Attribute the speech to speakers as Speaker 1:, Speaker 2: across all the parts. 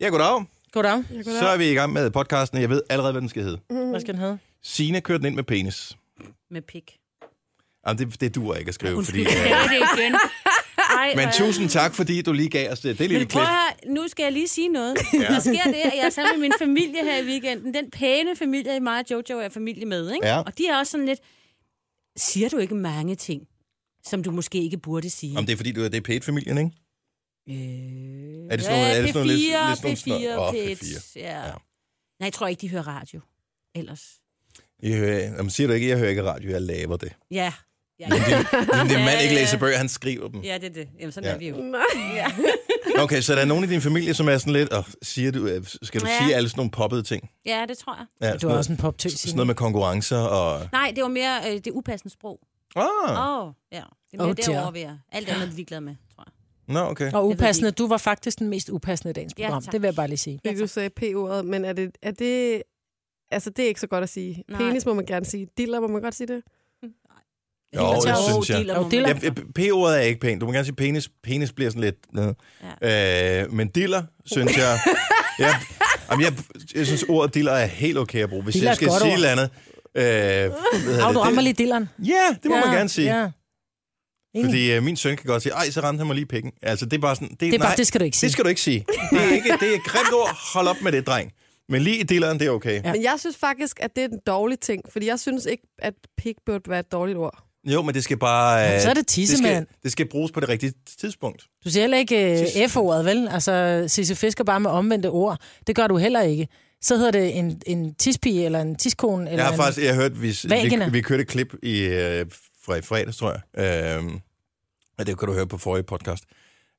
Speaker 1: Ja, goddag.
Speaker 2: Goddag.
Speaker 1: Så er vi i gang med podcasten. Jeg ved allerede, hvad den skal hedde.
Speaker 3: Mhm.
Speaker 2: Hvad skal den hedde?
Speaker 1: Sina kørte den ind med penis.
Speaker 3: Med pik.
Speaker 1: Jamen, det, det duer ikke at skrive, fordi...
Speaker 3: Undskyld,
Speaker 1: øh,
Speaker 3: sagde det igen. Ej,
Speaker 1: Men
Speaker 3: og-
Speaker 1: tusind tak, fordi du lige gav os det, det lille
Speaker 3: Men prøv
Speaker 1: klip.
Speaker 3: at høre, nu skal jeg lige sige noget. Ja. Der sker det, at jeg er sammen med min familie her i weekenden. Den pæne familie, mig og Jojo er familie med, ikke?
Speaker 1: Ja.
Speaker 3: Og de er også sådan lidt, siger du ikke mange ting, som du måske ikke burde sige?
Speaker 1: Om det er, fordi du er det er familien ikke?
Speaker 3: Øh,
Speaker 1: Er det sådan noget- er det sådan noget lidt-
Speaker 3: P4,
Speaker 1: lidt sådan noget-
Speaker 3: P4,
Speaker 1: Åh,
Speaker 3: P1, ja.
Speaker 1: Ja.
Speaker 3: Nej, jeg tror ikke, de hører radio ellers.
Speaker 1: I hører, jamen, siger du ikke, jeg hører ikke radio, jeg laver det.
Speaker 3: Ja, ja,
Speaker 1: Men det er
Speaker 3: Ja,
Speaker 1: mand ikke
Speaker 3: ja.
Speaker 1: læser bøger, han skriver dem.
Speaker 3: ja det er det. Jamen, sådan
Speaker 1: Ja.
Speaker 3: ja. er vi jo.
Speaker 1: Okay, så der er nogen i din familie, som er sådan lidt, og siger du, øh, skal du
Speaker 3: Ja.
Speaker 1: sige alle sådan nogle poppede ting?
Speaker 3: Ja, det tror jeg.
Speaker 1: Ja,
Speaker 2: Du
Speaker 1: sådan
Speaker 2: er
Speaker 1: noget,
Speaker 2: også en poptøs.
Speaker 1: sådan noget med konkurrencer og...
Speaker 3: Nej, det var mere øh, det upassende sprog.
Speaker 1: Ah,
Speaker 3: Åh, oh, ja. Det er mere
Speaker 2: Åh,
Speaker 3: oh,
Speaker 2: dear.
Speaker 3: derovre, vi er. Alt andet er vi ligeglade med, tror jeg.
Speaker 1: nå, okay.
Speaker 2: Og
Speaker 3: ved
Speaker 2: upassende, du var faktisk den mest upassende i dagens
Speaker 3: Ja,
Speaker 2: program.
Speaker 3: tak.
Speaker 2: det vil jeg bare lige sige.
Speaker 3: Ja,
Speaker 4: Fordi du
Speaker 3: tak.
Speaker 4: sagde p-ordet, men er det, er det... Altså, det er ikke så godt at sige.
Speaker 3: Nej.
Speaker 4: Penis må man gerne sige. Diller, må man godt sige det?
Speaker 1: Jo, det synes jeg.
Speaker 2: Jo, dealer.
Speaker 1: Ja, P-ordet er ikke pænt. Du må gerne sige penis. Penis bliver sådan lidt... Ja. Øh, men diller, synes jeg... jeg, jamen, jeg, jeg synes, ordet diller er helt okay at bruge. Hvis
Speaker 2: Diller er
Speaker 1: jeg
Speaker 2: et
Speaker 1: skal
Speaker 2: godt
Speaker 1: sige
Speaker 2: ord.
Speaker 1: et eller andet... Øh, hvad hedder
Speaker 2: Au,
Speaker 1: det?
Speaker 2: du rammer
Speaker 1: Det-
Speaker 2: lige dilleren.
Speaker 1: Ja, det må ja, man gerne sige. Ja.
Speaker 2: Ja. Enig.
Speaker 1: Fordi øh, min søn kan godt sige, ej, så ramte han mig lige i pikken. Altså, det er bare sådan...
Speaker 2: det, er
Speaker 1: nej,
Speaker 2: bare, det skal du ikke sige.
Speaker 1: det skal du ikke sige. Det er, ikke, det er et grimt ord. Hold op med det, dreng. Men lige i dilleren, det er okay.
Speaker 2: Ja.
Speaker 4: Ja. Men jeg synes faktisk, at det er en dårlig ting, fordi jeg synes ikke, at pik burde være et dårligt ord.
Speaker 1: Jo, men det skal bare...
Speaker 2: Jamen, så er det
Speaker 1: skal,
Speaker 2: tissemand.
Speaker 1: det skal bruges på det rigtige tidspunkt.
Speaker 2: Du siger heller ikke
Speaker 1: Sidste-
Speaker 2: øh, F-ordet, vel? Altså, Sisse Fisker bare med omvendte ord. Det gør du heller ikke. Så hedder det en, en tispige, eller en tiskone, eller
Speaker 1: Jeg har
Speaker 2: en...
Speaker 1: faktisk jeg har hørt, vi, vi,
Speaker 2: Vagina.
Speaker 1: vi kørte et klip i, øh, fra i fredags, tror jeg. Øhm, og det kan du høre på forrige podcast.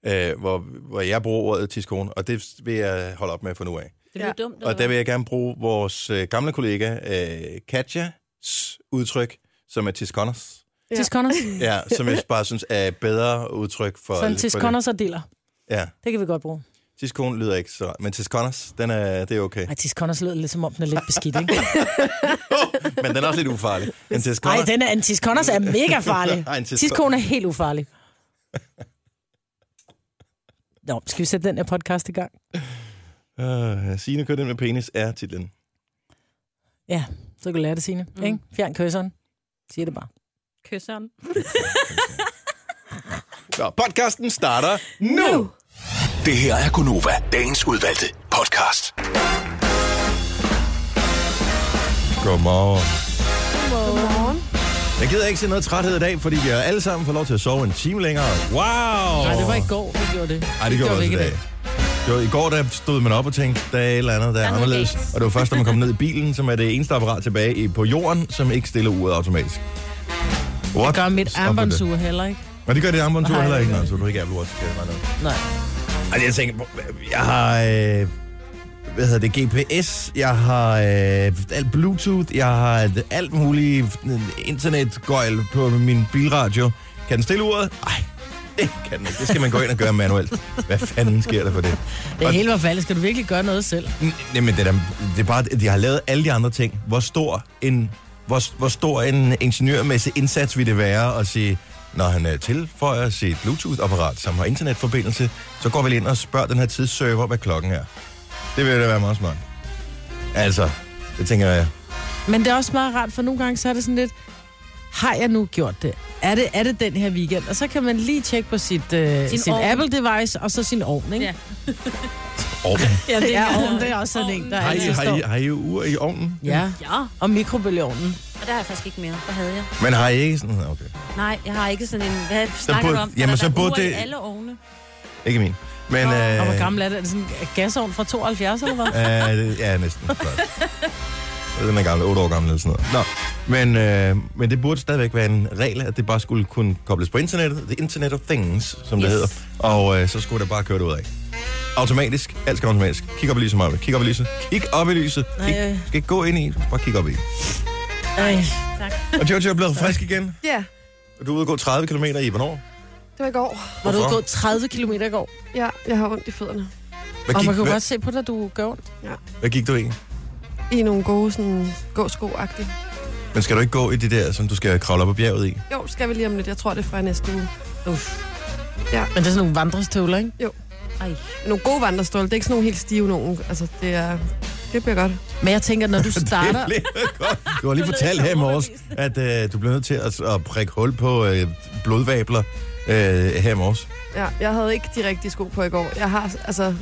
Speaker 1: Øh, hvor, hvor jeg bruger ordet tiskone, og det vil jeg holde op med for nu af.
Speaker 3: Det blev
Speaker 4: Ja.
Speaker 3: dumt.
Speaker 1: Og der vil jeg gerne bruge vores øh, gamle kollega øh, Katjas udtryk, som er tiskoners.
Speaker 4: Ja.
Speaker 2: Tiskonners.
Speaker 1: Ja, som jeg bare synes er et bedre udtryk for...
Speaker 2: Sådan
Speaker 1: for
Speaker 2: tiskonners og diller.
Speaker 1: det. Ja,
Speaker 2: Det kan vi godt bruge.
Speaker 1: tiskone lyder ikke så... godt, Men tiskonners, den er, det er okay.
Speaker 2: Ej, tiskonners lød lidt som om, den er lidt beskidt, ikke?
Speaker 1: Men den er også lidt ufarlig. En tiskone...
Speaker 2: Nej, den er, en tiskonners er mega farlig.
Speaker 1: Ej, en tiskone-
Speaker 2: Tiskone er helt ufarlig. Nå, skal vi sætte den her podcast i gang?
Speaker 1: Øh, Signe kørte den med penis, er titlen.
Speaker 2: Ja, så kan du lære det, Signe. Mm. Ikke? Fjern kysseren. Siger det bare.
Speaker 3: Kysseren.
Speaker 1: Så podcasten starter nu! nu.
Speaker 5: Det her er Gunova, dagens udvalgte podcast.
Speaker 1: Godmorgen.
Speaker 4: Godmorgen.
Speaker 1: Jeg gider ikke se noget træthed i dag, fordi vi har alle sammen fået lov til at sove en time længere. Wow!
Speaker 2: Nej, det var i går, vi gjorde det.
Speaker 1: Ej, det gjorde vi også i dag. Det var, I går der stod man op og tænkte, der er et eller andet, der er
Speaker 3: noget
Speaker 1: anderledes.
Speaker 3: galt.
Speaker 1: Og det var først, da man kom ned i bilen, som er det eneste apparat tilbage i- på jorden, som ikke stiller uret automatisk. What?
Speaker 2: Det gør mit
Speaker 1: Stop med det.
Speaker 2: armbåndsur heller ikke.
Speaker 1: Men det gør det armbåndsur
Speaker 2: Nej,
Speaker 1: heller
Speaker 2: det
Speaker 1: ikke,
Speaker 2: gør
Speaker 1: nej,
Speaker 2: det
Speaker 1: så du har ikke Apple Watch. kan jeg regne ud.
Speaker 2: Nej.
Speaker 1: Altså, jeg tænker, hvor- jeg har, øh, hvad hedder det, GPS, jeg har øh, alt Bluetooth, jeg har alt muligt internetgøjl på min bilradio. Kan den stille uret? Nej, det kan den ikke. Det skal man gå ind og gøre manuelt. Hvad fanden sker der for det?
Speaker 2: Det
Speaker 1: Og-
Speaker 2: hele var falsk. Skal du virkelig gøre noget selv?
Speaker 1: N- Jamen, det er, da- det er bare, at jeg har lavet alle de andre ting. Hvor stor en, hvor, hvor stor en ingeniørmæssig indsats vil det være at sige, når han øh, tilføjer sit Bluetooth-apparat, som har internetforbindelse, så går vi lige ind og spørger den her tidsserver, hvad klokken er. Det vil da være meget smart. Altså, det tænker jeg,
Speaker 2: Men det er også meget rart, for nogle gange så er det sådan lidt, har jeg nu gjort det? Er det, er det den her weekend? Og så kan man lige tjekke på sit, øh,
Speaker 3: Sin
Speaker 2: sit
Speaker 3: ovn.
Speaker 2: Apple-device og så sin ovn, ikke?
Speaker 3: Ja.
Speaker 1: ovnen.
Speaker 3: Ja,
Speaker 2: det er ovnen, det er også sådan en, der
Speaker 1: Har I,
Speaker 2: altid
Speaker 1: har, I,
Speaker 2: står.
Speaker 1: har I ur i ovnen?
Speaker 2: Ja,
Speaker 3: Ja,
Speaker 2: og mikrobølgeovnen.
Speaker 3: og der har jeg faktisk ikke mere. Hvad havde jeg?
Speaker 1: Men har I ikke sådan... Okay,
Speaker 3: Nej, jeg har ikke sådan en... Hvad snakker
Speaker 1: burde-
Speaker 3: du om?
Speaker 1: jamen,
Speaker 3: Der er
Speaker 1: så
Speaker 3: da
Speaker 1: burde
Speaker 3: ure
Speaker 1: det-
Speaker 3: I alle ovne.
Speaker 1: ikke min. Men,
Speaker 2: Og hvor
Speaker 1: øh,
Speaker 2: gammel er det? Er det sådan en gasovn fra 72, eller hvad?
Speaker 1: Ja, det- ja, næsten. Godt. Jeg ved, Den er gammel, 8 år gammel eller sådan noget. Nå, men, øh, men det burde stadigvæk være en regel, at det bare skulle kunne kobles på internettet. The Internet of Things, som det
Speaker 3: Yes.
Speaker 1: hedder. Og øh, så skulle det bare køre det ud af. Automatisk. Alt skal automatisk. Kig op i lyset, Maja. Kig op i lyset. Kig op i lyset. Kig,
Speaker 2: Nej, øh.
Speaker 1: skal ikke gå ind i. Bare kig op i.
Speaker 2: Ej,
Speaker 1: Og Jojo er blevet frisk igen.
Speaker 4: Ja,
Speaker 1: Og Du er ude at gå 30 km i hvornår?
Speaker 4: det var i går.
Speaker 2: var du
Speaker 1: Hvorfor?
Speaker 2: gået 30 km i går?
Speaker 4: Ja, jeg har ondt i fødderne.
Speaker 1: Hvad
Speaker 2: Og
Speaker 1: gik,
Speaker 2: man kan jo
Speaker 1: hvad,
Speaker 2: godt se på dig, du gør ondt.
Speaker 1: hvad gik du i?
Speaker 4: I nogle gode sådan, gåsko-agtige.
Speaker 1: Men skal du ikke gå i det der, som du skal kravle op ad bjerget i?
Speaker 4: Jo, det skal vi lige om lidt. Jeg tror, det er fra næste uge.
Speaker 2: Men det er sådan nogle vandrestøvler, ikke?
Speaker 4: Jo.
Speaker 2: Ej.
Speaker 4: Nogle gode vandrestøvler. Det er ikke sådan nogle helt stive nogen. Altså, det er... Det bliver godt.
Speaker 2: Men jeg tænker, når du starter...
Speaker 1: Det bliver godt. Du har lige fortalt her i morges, at øh, du bliver nødt til at, at prikke hul på øh, blodvabler øh, her i morges.
Speaker 4: Ja, jeg havde ikke de rigtige sko på i går. Jeg har altså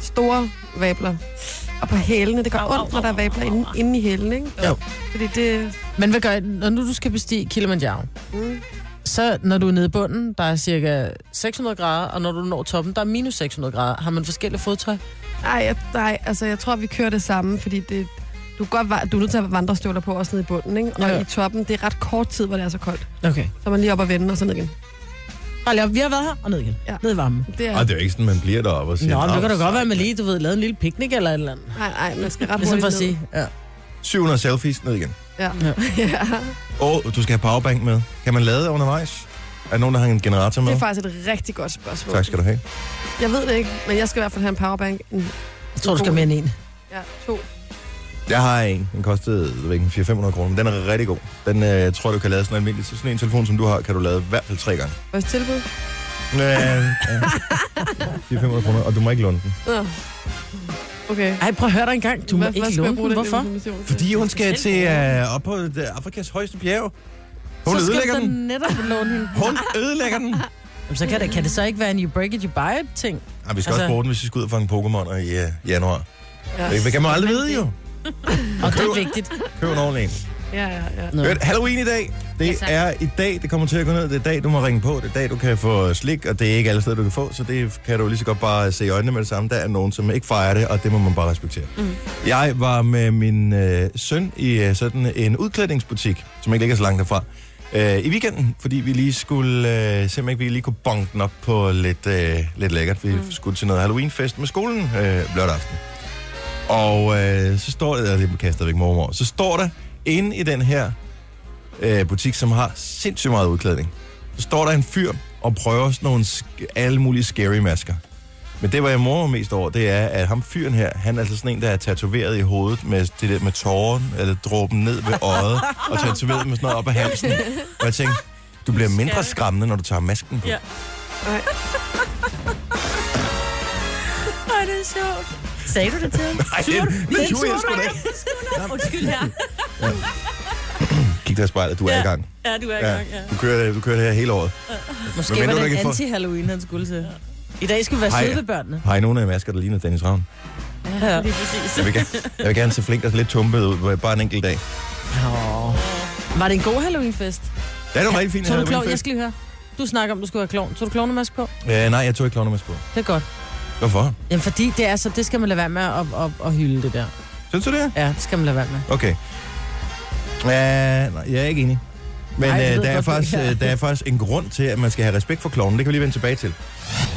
Speaker 4: store vabler. Og på hælene. Det gør ondt, når der er vabler inde, inde i hælene, ikke?
Speaker 1: Jo.
Speaker 4: Fordi det...
Speaker 2: Men hvad gør I, når nu du skal bestige Kilimanjaro?
Speaker 4: Mm.
Speaker 2: Så når du er nede i bunden, der er cirka 600 grader, og når du når toppen, der er minus 600 grader. Har man forskellige fodtøj?
Speaker 4: Ej, jeg, nej, altså jeg tror, vi kører det samme, fordi det... Du, kan godt, va- du er nødt til at have vandrestøvler på også nede i bunden, ikke? Og
Speaker 2: Ja, ja.
Speaker 4: i toppen, det er ret kort tid, hvor det er så koldt.
Speaker 2: Okay.
Speaker 4: Så er man lige op og vende, og så ned igen.
Speaker 2: Bare lige op. Vi har været her og ned igen.
Speaker 4: Ja.
Speaker 2: Ned i varmen.
Speaker 4: Det er,
Speaker 1: Og det er jo ikke sådan, man bliver deroppe og siger...
Speaker 2: Nå, men det kan
Speaker 1: "Nå,
Speaker 2: da godt være, at man lige, du ved, lavede en lille picnic eller et eller andet.
Speaker 4: nej, nej, man skal ret
Speaker 2: Ligesom
Speaker 4: hurtigt
Speaker 2: for at
Speaker 4: ned.
Speaker 2: sige. Ja.
Speaker 1: 700 selfies ned igen.
Speaker 4: Ja.
Speaker 2: Ja.
Speaker 4: ja.
Speaker 1: Og du skal have powerbank med. Kan man lade undervejs? Er der nogen, der har en generator
Speaker 4: Det
Speaker 1: med?
Speaker 4: er faktisk et rigtig godt spørgsmål.
Speaker 1: Tak skal du have.
Speaker 4: Jeg ved det ikke, men jeg skal i hvert fald have en powerbank. En,
Speaker 2: Jeg tror, du skal have mere end en.
Speaker 4: ja, to.
Speaker 1: Jeg har en. Den kostede jeg ved ikke, 400-500 kroner, men den er rigtig god. Den øh, tror jeg, du kan lade sådan almindeligt. Så sådan en telefon, som du har, kan du lade i hvert fald tre gange.
Speaker 4: Vores tilbud.
Speaker 1: Øh, ja. 400-500 kroner, og du må ikke låne den.
Speaker 4: Nå. Okay.
Speaker 2: Ej, prøv at høre dig engang. Du må
Speaker 4: Hvad- hvad
Speaker 2: ikke
Speaker 4: skal jeg
Speaker 2: låne
Speaker 4: bruge
Speaker 2: den.
Speaker 4: den
Speaker 2: Hvorfor?
Speaker 4: information til?
Speaker 1: Fordi hun skal til øh, op på øh, Afrikas højeste bjerg. Hun
Speaker 2: så skal
Speaker 1: ødelægger
Speaker 2: du da
Speaker 1: den.
Speaker 2: netop låne hende.
Speaker 1: Hun ødelægger den.
Speaker 2: Jamen, så kan det, kan det så ikke være en you break it, you buy it ting?
Speaker 1: Ej, Ah, vi skal
Speaker 2: Altså-
Speaker 1: også bruge den, hvis vi skal ud og fange Pokémon i øh, januar.
Speaker 4: Ja.
Speaker 1: Det det kan man aldrig vide, jo.
Speaker 2: Og det er vigtigt.
Speaker 1: Køb en ordentlig en.
Speaker 4: Ja, ja, ja.
Speaker 2: Nå.
Speaker 1: Hørt, Halloween i dag. Det
Speaker 3: Ja,
Speaker 1: ja,
Speaker 3: tak.
Speaker 1: er i dag, det kommer til at gå ned. Det er dag, du må ringe på. Det er dag, du kan få slik, og det er ikke alle steder, du kan få. Så det kan du lige så godt bare se i øjnene med det samme. Der er nogen, som ikke fejrer det, og det må man bare respektere. Mm. Jeg var med min øh, søn i øh, sådan en udklædningsbutik, som ikke ligger så langt derfra. Øh, I weekenden, fordi vi lige skulle, øh, simpelthen ikke, vi lige kunne bonge den op på lidt, øh, lidt lækkert. Vi mm. skulle til noget Halloweenfest med skolen øh, lørdag aften. Og øh, så står der, det kaster væk mormor, så står der inde i den her øh, butik, som har sindssygt meget udklædning. Så står der en fyr og prøver sådan nogle sk- alle mulige scary masker. Men det, var jeg mormer mest over, det er, at ham fyren her, han er altså sådan en, der er tatoveret i hovedet med det der med tårer, eller dråben ned ved øjet, og tatoveret med sådan noget op ad halsen. Og jeg tænkte, du bliver mindre skræmmende, når du tager masken på.
Speaker 3: Ja.
Speaker 4: Nej.
Speaker 3: Ej, det er sjovt.
Speaker 2: Sagde du det til ham?
Speaker 1: Ej, det, det, det turde jeg sgu da ikke.
Speaker 3: Undskyld her.
Speaker 1: Kig dig i spejlet, du er i gang.
Speaker 3: Ja, du er i
Speaker 1: Ja,
Speaker 3: gang, ja.
Speaker 1: du, kører, det- du kører det her hele året.
Speaker 2: Måske
Speaker 1: Men
Speaker 2: var
Speaker 1: mindre,
Speaker 2: det
Speaker 1: du
Speaker 2: en
Speaker 1: ikke får-
Speaker 2: anti-Halloween, han skulle til. I dag skal vi være
Speaker 1: Hej.
Speaker 2: søde ved børnene.
Speaker 1: Har I nogen af jer masker, der ligner Dennis Ravn?
Speaker 2: Ja.
Speaker 3: Lige præcis.
Speaker 1: Jeg vil, gerne, jeg vil gerne se flink og lidt tumpet ud, bare en enkelt dag.
Speaker 2: Åh. Var det en god Halloween-fest?
Speaker 1: Det er jo rigtig fint.
Speaker 2: Tog du
Speaker 1: Halloween-fest.
Speaker 2: klovn? Jeg skal lige høre. Du snakker om, du skulle have klovn. Tog du klovnemask på?
Speaker 1: Øh, nej, jeg tog ikke klovnemask på.
Speaker 2: Det er godt.
Speaker 1: Hvorfor?
Speaker 2: Jamen, fordi det er så, det skal man lade være med at, at, at hylde det der.
Speaker 1: Synes du det?
Speaker 2: Ja, det skal man lade være med.
Speaker 1: Okay. Øh, nej, jeg er ikke enig. Men
Speaker 2: Ej, jeg ved
Speaker 1: øh, der, er
Speaker 2: godt, det
Speaker 1: faktisk,
Speaker 2: her.
Speaker 1: øh, der er faktisk en grund til, at man skal have respekt for klovnen. Det kan vi lige vende tilbage til.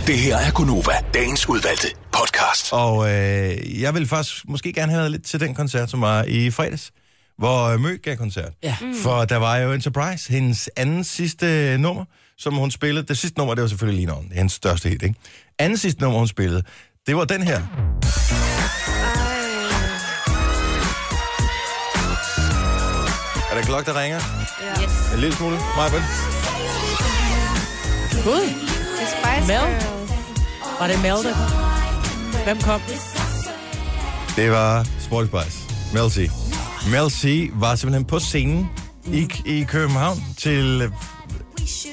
Speaker 5: Det her er Gunova, dagens udvalgte podcast.
Speaker 1: Og øh, jeg vil faktisk måske gerne have været lidt til den koncert, som var i fredags, hvor øh, Mø gav koncert.
Speaker 2: Ja.
Speaker 1: Mm. For der var jo en surprise. Hendes anden sidste nummer, som hun spillede. Det sidste nummer, det var selvfølgelig lige nogen. Det er hendes største hit, ikke? Anden sidste nummer, hun spillede, det var den her. Er der en klokke, der ringer?
Speaker 3: Yes.
Speaker 1: En lille smule, Majbel?
Speaker 2: Gud,
Speaker 4: Det er Spice
Speaker 2: Mel.
Speaker 4: Girls.
Speaker 2: var det Mel, der kom? Hvem kom?
Speaker 1: Det var Sporty Spice. Mel C. Mel C var simpelthen på scenen i, i København til øh,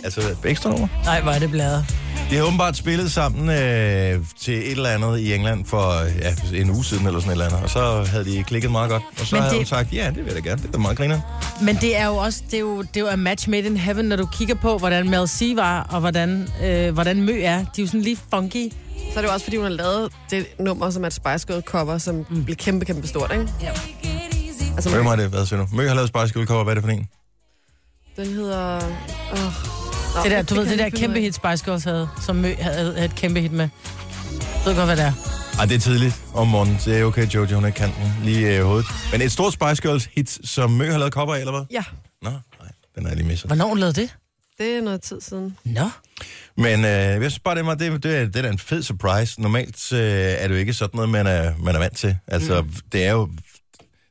Speaker 1: altså ekstra nummer.
Speaker 2: Nej, var det bladet.
Speaker 1: De har åbenbart spillet sammen øh, til et eller andet i England for øh, ja, en uge siden eller sådan et eller andet. Og så havde de klikket meget godt. Og så
Speaker 2: Men
Speaker 1: havde
Speaker 2: det-
Speaker 1: hun sagt, ja, det vil jeg da gerne. Det er da meget griner.
Speaker 2: Men det er jo også det er jo, det er jo a match made in heaven, når du kigger på, hvordan Mel C var, og hvordan, øh, hvordan Mø er. De er jo sådan lige funky.
Speaker 4: Så er det jo også, fordi hun har lavet det nummer, som er et Spice Girls cover, som mm. blev kæmpe, kæmpe stort, ikke? Ja. Altså,
Speaker 1: Hvem har det været, siger du? Mø har lavet Spice Girl cover. Hvad er det for en?
Speaker 4: den hedder... Oh.
Speaker 2: Det der, du ved, det der kæmpe hit Spice Girls havde, som Mø havde, havde et kæmpe hit med. Jeg ved godt, hvad det er.
Speaker 1: Ej, det er tidligt om morgenen. Det er okay, Jojo, hun ikke kan den lige øh, i hovedet. Men et stort Spice Girls hit, som Mø har lavet cover af, eller hvad?
Speaker 4: Ja,
Speaker 1: Nå, nej, den er jeg lige misset.
Speaker 2: Hvornår hun lavede det?
Speaker 4: det er noget tid siden.
Speaker 2: Nå.
Speaker 1: Men øh, jeg synes bare, det er, meget- det, det, er- det er da en fed surprise. Normalt øh, er det jo ikke sådan noget, man er, man er vant til. Altså, mm. det er jo...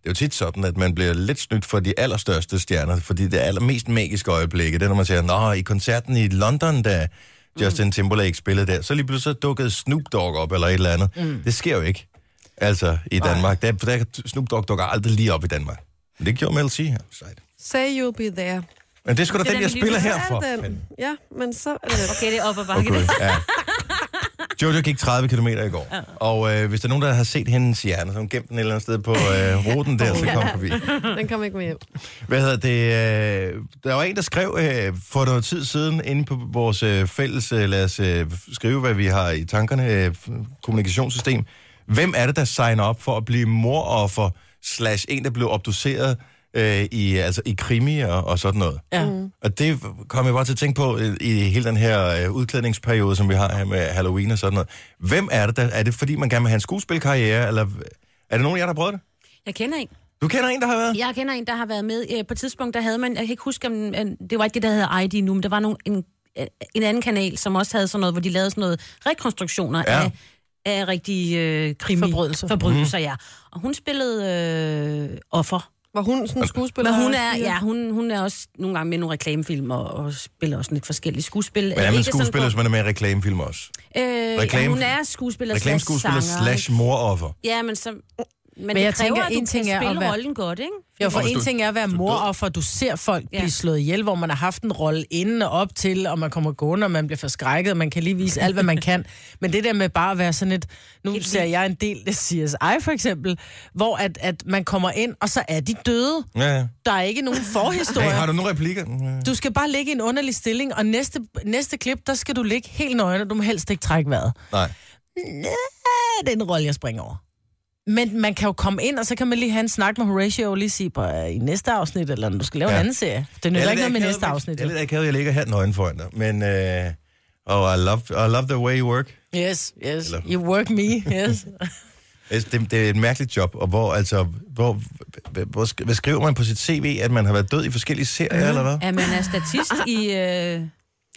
Speaker 1: Det er jo tit sådan, at man bliver lidt snydt for de allerstørste stjerner, fordi det allermest magiske øjeblikke, det er, når man siger, nå, i koncerten i London, da Justin Timberlake spillede der, så lige pludselig så dukkede Snoop Dogg op eller et eller andet. Mm. Det sker jo ikke, altså i Danmark. Der, der, Snoop Dogg dukker aldrig lige op i Danmark. Men det gjorde Mel C her. Sejt.
Speaker 4: Say you'll be there.
Speaker 1: Men det er sgu da
Speaker 3: Det er
Speaker 1: den,
Speaker 3: den,
Speaker 1: jeg
Speaker 3: vi lige
Speaker 1: spiller
Speaker 3: vil
Speaker 1: her for.
Speaker 4: Er den. Ja, men så er det
Speaker 3: Okay, det er op ad bakke.
Speaker 1: Okay,
Speaker 3: Okay.
Speaker 1: ja. Jojo gik 30 km i går, og øh, hvis der er nogen, der har set hendes hjerne, så har hun gemt den et eller andet sted på øh, ruten der, så kom forbi.
Speaker 4: Den kommer ikke med hjem.
Speaker 1: Hvad hedder det? øh, Der var en, der skrev øh, for noget tid siden inde på vores øh, fælles, øh, lad os øh, skrive, hvad vi har i tankerne, øh, kommunikationssystem. Hvem er det, der signer op for at blive moroffer, slash en, der blev obduceret øh, i, altså, i krimi og, og sådan noget?
Speaker 2: Ja.
Speaker 1: Og det kom jeg bare til at tænke på øh, i hele den her øh, udklædningsperiode, som vi har her med Halloween og sådan noget. Hvem er det? Der, er det, fordi man gerne vil have en skuespilkarriere, eller er det nogen af jer, der har prøvet det?
Speaker 3: Jeg kender en.
Speaker 1: Du kender en, der har været?
Speaker 3: Jeg kender en, der har været med. Øh, På et tidspunkt, der havde man, jeg kan ikke huske, om øh, det var ikke det, der hedder ID nu, men der var nogle, en, øh, en anden kanal, som også havde sådan noget, hvor de lavede sådan noget rekonstruktioner
Speaker 1: Ja.
Speaker 3: ja. af, af rigtige øh, krimi.
Speaker 2: Forbrydelser.
Speaker 3: Forbrydelser, mm. ja. Og hun spillede øh, offer.
Speaker 4: Var hun sådan en
Speaker 1: Altså,
Speaker 4: skuespiller?
Speaker 3: Men hun er, ja, hun, hun er også nogle gange med i nogle reklamefilm og, og spiller også lidt forskellige skuespil.
Speaker 1: Men er man
Speaker 3: Ikke sådan
Speaker 1: skuespiller,
Speaker 3: på-
Speaker 1: hvis man er med i reklamefilm også?
Speaker 3: Øh,
Speaker 1: Reklame-
Speaker 3: ja, hun er skuespiller slash
Speaker 1: Reklameskuespiller
Speaker 3: sanger.
Speaker 1: slash moroffer.
Speaker 3: Ja, men så... Men, men
Speaker 2: jeg
Speaker 3: det kræver,
Speaker 2: tænker,
Speaker 3: at
Speaker 2: en
Speaker 3: du
Speaker 2: ting
Speaker 3: kan
Speaker 2: er at
Speaker 3: spille
Speaker 2: være-
Speaker 3: rollen godt, ikke?
Speaker 2: Jo, for
Speaker 1: Og hvis
Speaker 2: en
Speaker 1: du-
Speaker 2: ting er at være moroffer, du ser folk
Speaker 3: Ja.
Speaker 2: blive slået ihjel, hvor man har haft en rolle inden og op til, og man kommer gående, og man bliver forskrækket, og man kan lige vise alt, hvad man kan. Men det der med bare at være sådan et... Nu ser jeg en del af CSI for eksempel, hvor at, at man kommer ind, og så er de døde.
Speaker 1: Ja, ja.
Speaker 2: Der er ikke nogen forhistorie.
Speaker 1: Hey, har du nogle replikker? Mm, Ja.
Speaker 2: Du skal bare ligge i en underlig stilling, og næste, næste klip, der skal du ligge helt nøgen, og du må helst ikke trække vejret.
Speaker 1: Nej.
Speaker 2: Næh, det er en rolle, jeg springer over. Men man kan jo komme ind, og så kan man lige have en snak med Horatio og lige sige, på, øh, i næste afsnit, eller når du skal lave ja. en
Speaker 1: Ja.
Speaker 2: anden serie. Det nytter ikke noget med næste afsnit.
Speaker 1: Jeg er
Speaker 2: jo.
Speaker 1: lidt akavet, jeg ligger her nøgen foran dig. Men, øh, oh, I love, I love the way you work.
Speaker 2: Yes, yes.
Speaker 1: Eller-
Speaker 2: You work me, yes.
Speaker 1: Altså, Det, det er et mærkeligt job, og hvor, altså, hvor, hvor, hvor, sk- hvad skriver man på sit CV, at man har været død i forskellige serier, eller hvad?
Speaker 3: At man er statist i øh,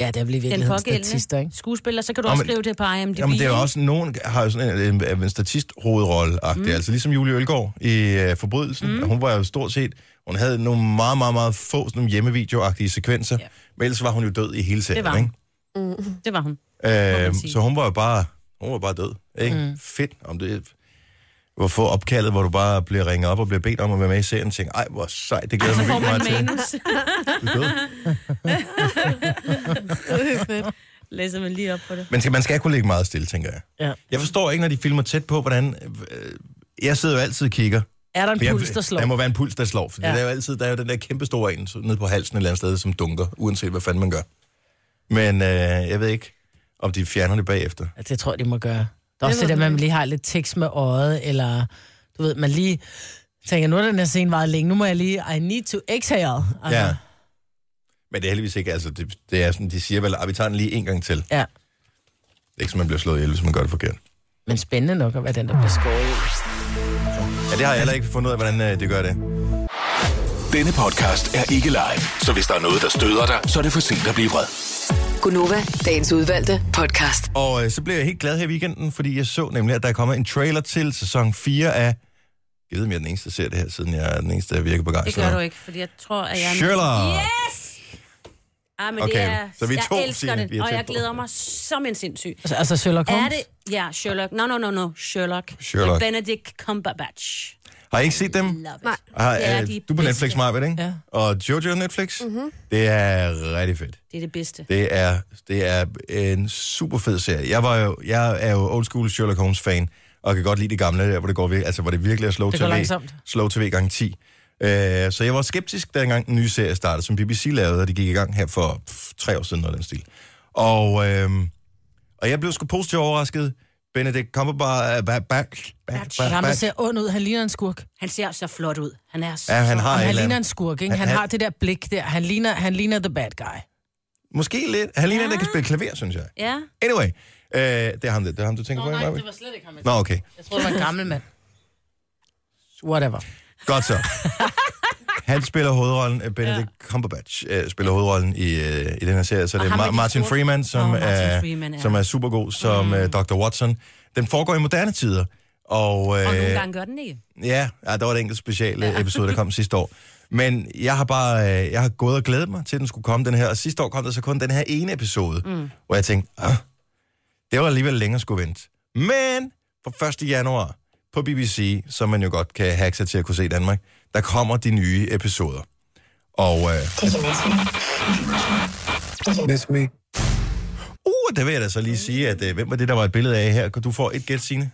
Speaker 2: ja, det er vel i
Speaker 3: den
Speaker 2: virkeligheden statister,
Speaker 3: pågældende
Speaker 2: ikke?
Speaker 3: skuespiller, så kan du
Speaker 1: Nå,
Speaker 3: også
Speaker 1: men-
Speaker 3: skrive det på IMDb.
Speaker 1: Jamen, det er jo
Speaker 3: ikke?
Speaker 1: også, nogen har jo sådan en, en, en statist-hovedrolle, mm. altså ligesom Julie Ølgaard i øh, Forbrydelsen. Mm. Hun var jo stort set, hun havde nogle meget, meget, meget få sådan nogle hjemmevideoagtige sekvenser, ja.
Speaker 3: Ja.
Speaker 1: men ellers var hun jo død i hele serien,
Speaker 3: var
Speaker 1: ikke?
Speaker 3: hun. Det var hun. må
Speaker 1: Øh,
Speaker 3: man sige.
Speaker 1: så hun var jo bare, hun var bare død. Ikke? Mm. Fedt. Om det, hvor få opkaldet, hvor du bare bliver ringet op og bliver bedt om at være med i serien, og tænker, ej, hvor sejt, det glæder jeg mig
Speaker 3: Får
Speaker 1: vildt
Speaker 3: man
Speaker 1: meget til.
Speaker 3: manus,
Speaker 1: Du er død.
Speaker 3: læser man lige op på det.
Speaker 1: Men skal- man skal kunne ligge meget stille, tænker jeg.
Speaker 2: Ja.
Speaker 1: Jeg forstår ikke, når de filmer tæt på, hvordan... Øh, jeg sidder jo altid og kigger.
Speaker 2: Er der en
Speaker 1: For jeg-
Speaker 2: puls, der slår?
Speaker 1: Der må være en puls, der slår. For ja.
Speaker 2: Ja.
Speaker 1: der er jo altid der er jo den der kæmpe store en så- nede på halsen et eller andet sted, som dunker, uanset hvad fanden man gør. Men øh, jeg ved ikke, om de fjerner det bagefter.
Speaker 2: Ja, det tror Altså, jeg, de må gøre. Der er også det der, med, at man lige har lidt tekst med øjet, eller du ved, man lige tænker, nu er den her scene meget længe, nu må jeg lige, I need to exhale. Altså,
Speaker 1: Ja. Men det er heldigvis ikke, altså det, det er sådan, de siger vel, at vi tager den lige en gang til.
Speaker 2: ja.
Speaker 1: Det er ikke, som man bliver slået ihjel, hvis man gør det forkert.
Speaker 2: Men spændende nok at være den, der bliver skåret. i.
Speaker 1: Ja, det har jeg heller ikke fundet ud af, hvordan øh, det gør det.
Speaker 5: Denne podcast er ikke live, så hvis der er noget, der støder dig, så er det for sent at blive vred.
Speaker 6: Gunova, dagens udvalgte podcast.
Speaker 1: Og øh, så blev jeg helt glad her i weekenden, fordi jeg så nemlig, at der er kommet en trailer til sæson 4 af... Jeg ved, om jeg er den eneste, der ser det her, siden jeg er den eneste, der virker begejstret.
Speaker 3: Det gør du ikke, fordi jeg tror, at jeg... er-
Speaker 1: Sherlock!
Speaker 3: Yes! Ah, men
Speaker 1: Okay,
Speaker 3: det er,
Speaker 1: så vi er
Speaker 3: jeg
Speaker 1: to,
Speaker 3: elsker
Speaker 1: Signe, vi
Speaker 3: den,
Speaker 1: er
Speaker 3: og
Speaker 1: tæt
Speaker 3: jeg
Speaker 1: på.
Speaker 3: glæder mig som en sindssyg.
Speaker 2: Altså, altså Sherlock Holmes?
Speaker 3: Er det... Ja, Sherlock. No, no, no, no. Sherlock.
Speaker 1: Sherlock.
Speaker 3: Med Benedict Cumberbatch.
Speaker 1: Har I ikke set dem?
Speaker 3: Love it.
Speaker 4: Nej.
Speaker 1: Har,
Speaker 3: Det er
Speaker 1: øh,
Speaker 3: de
Speaker 1: du er på Netflix,
Speaker 3: bedste.
Speaker 1: Marvind, ikke?
Speaker 2: Ja.
Speaker 1: Og Jojo Netflix? Mm-hmm. Det er rigtig fedt.
Speaker 3: Det er det bedste.
Speaker 1: Det er, det er en super fed serie. Jeg, var jo, jeg er jo old school Sherlock Holmes fan, og kan godt lide det gamle der, hvor det, går, vir- altså, hvor det virkelig er slow
Speaker 2: Det
Speaker 1: tv.
Speaker 2: går langsomt.
Speaker 1: Slow tv gange 10. Uh, så jeg var skeptisk, dengang den nye serie startede, som BBC lavede, og de gik i gang her for pff, tre år siden, noget af den stil. Og, øh, og jeg blev sgu positivt overrasket. Benedict Cumberbatch... Ba, ba, ba,
Speaker 2: Det er
Speaker 1: ba,
Speaker 2: ham, der
Speaker 1: ba.
Speaker 2: ser ond ud. Han ligner en skurk.
Speaker 3: Han ser så flot ud. Han er så...
Speaker 1: Ja, han har
Speaker 2: Og
Speaker 1: et
Speaker 2: han
Speaker 1: eller andet.
Speaker 2: ligner en skurk, ikke? Han
Speaker 1: Han-
Speaker 2: har det der blik der. Han ligner, han ligner the bad guy.
Speaker 1: Måske lidt. Han ligner, ja. der kan spille klaver, synes jeg.
Speaker 3: Ja.
Speaker 1: Anyway, øh, det er ham, der. det er ham, du tænker på. ikke, Maja?
Speaker 2: var slet ikke ham.
Speaker 1: Nå, okay.
Speaker 2: Jeg troede, det var en gammel mand. Whatever.
Speaker 1: Godt så. Han spiller hovedrollen, øh, Benedict ja. Cumberbatch øh, spiller hovedrollen i, øh, i den her serie, så det er
Speaker 3: ham er
Speaker 1: Ma-
Speaker 3: de
Speaker 1: Martin
Speaker 3: sorte.
Speaker 1: Freeman, som,
Speaker 3: Nå,
Speaker 1: oh,
Speaker 3: Martin
Speaker 1: er, øh,
Speaker 3: Freeman, ja.
Speaker 1: som er supergod som mm. Dr. Watson. Den foregår i moderne tider, Og, øh,
Speaker 3: Og nogle gange gør den ikke.
Speaker 1: Ja, ja der var et enkelt speciale ja. episode, der kom sidste år. Men jeg har bare øh, jeg har gået og glædet mig til, at den skulle komme den her. Og sidste år kom der så kun den her ene episode, mm. hvor jeg tænkte, ah, det var alligevel længere skulle vente. Men på 1. januar på BBC, som man jo godt kan hacke sig til at kunne se i Danmark, der kommer de nye episoder. Og øh,
Speaker 7: Miss me.
Speaker 1: uh, der vil jeg da så lige sige, at øh, hvem var det, der var et billede af her? Du får et gæt, Signe.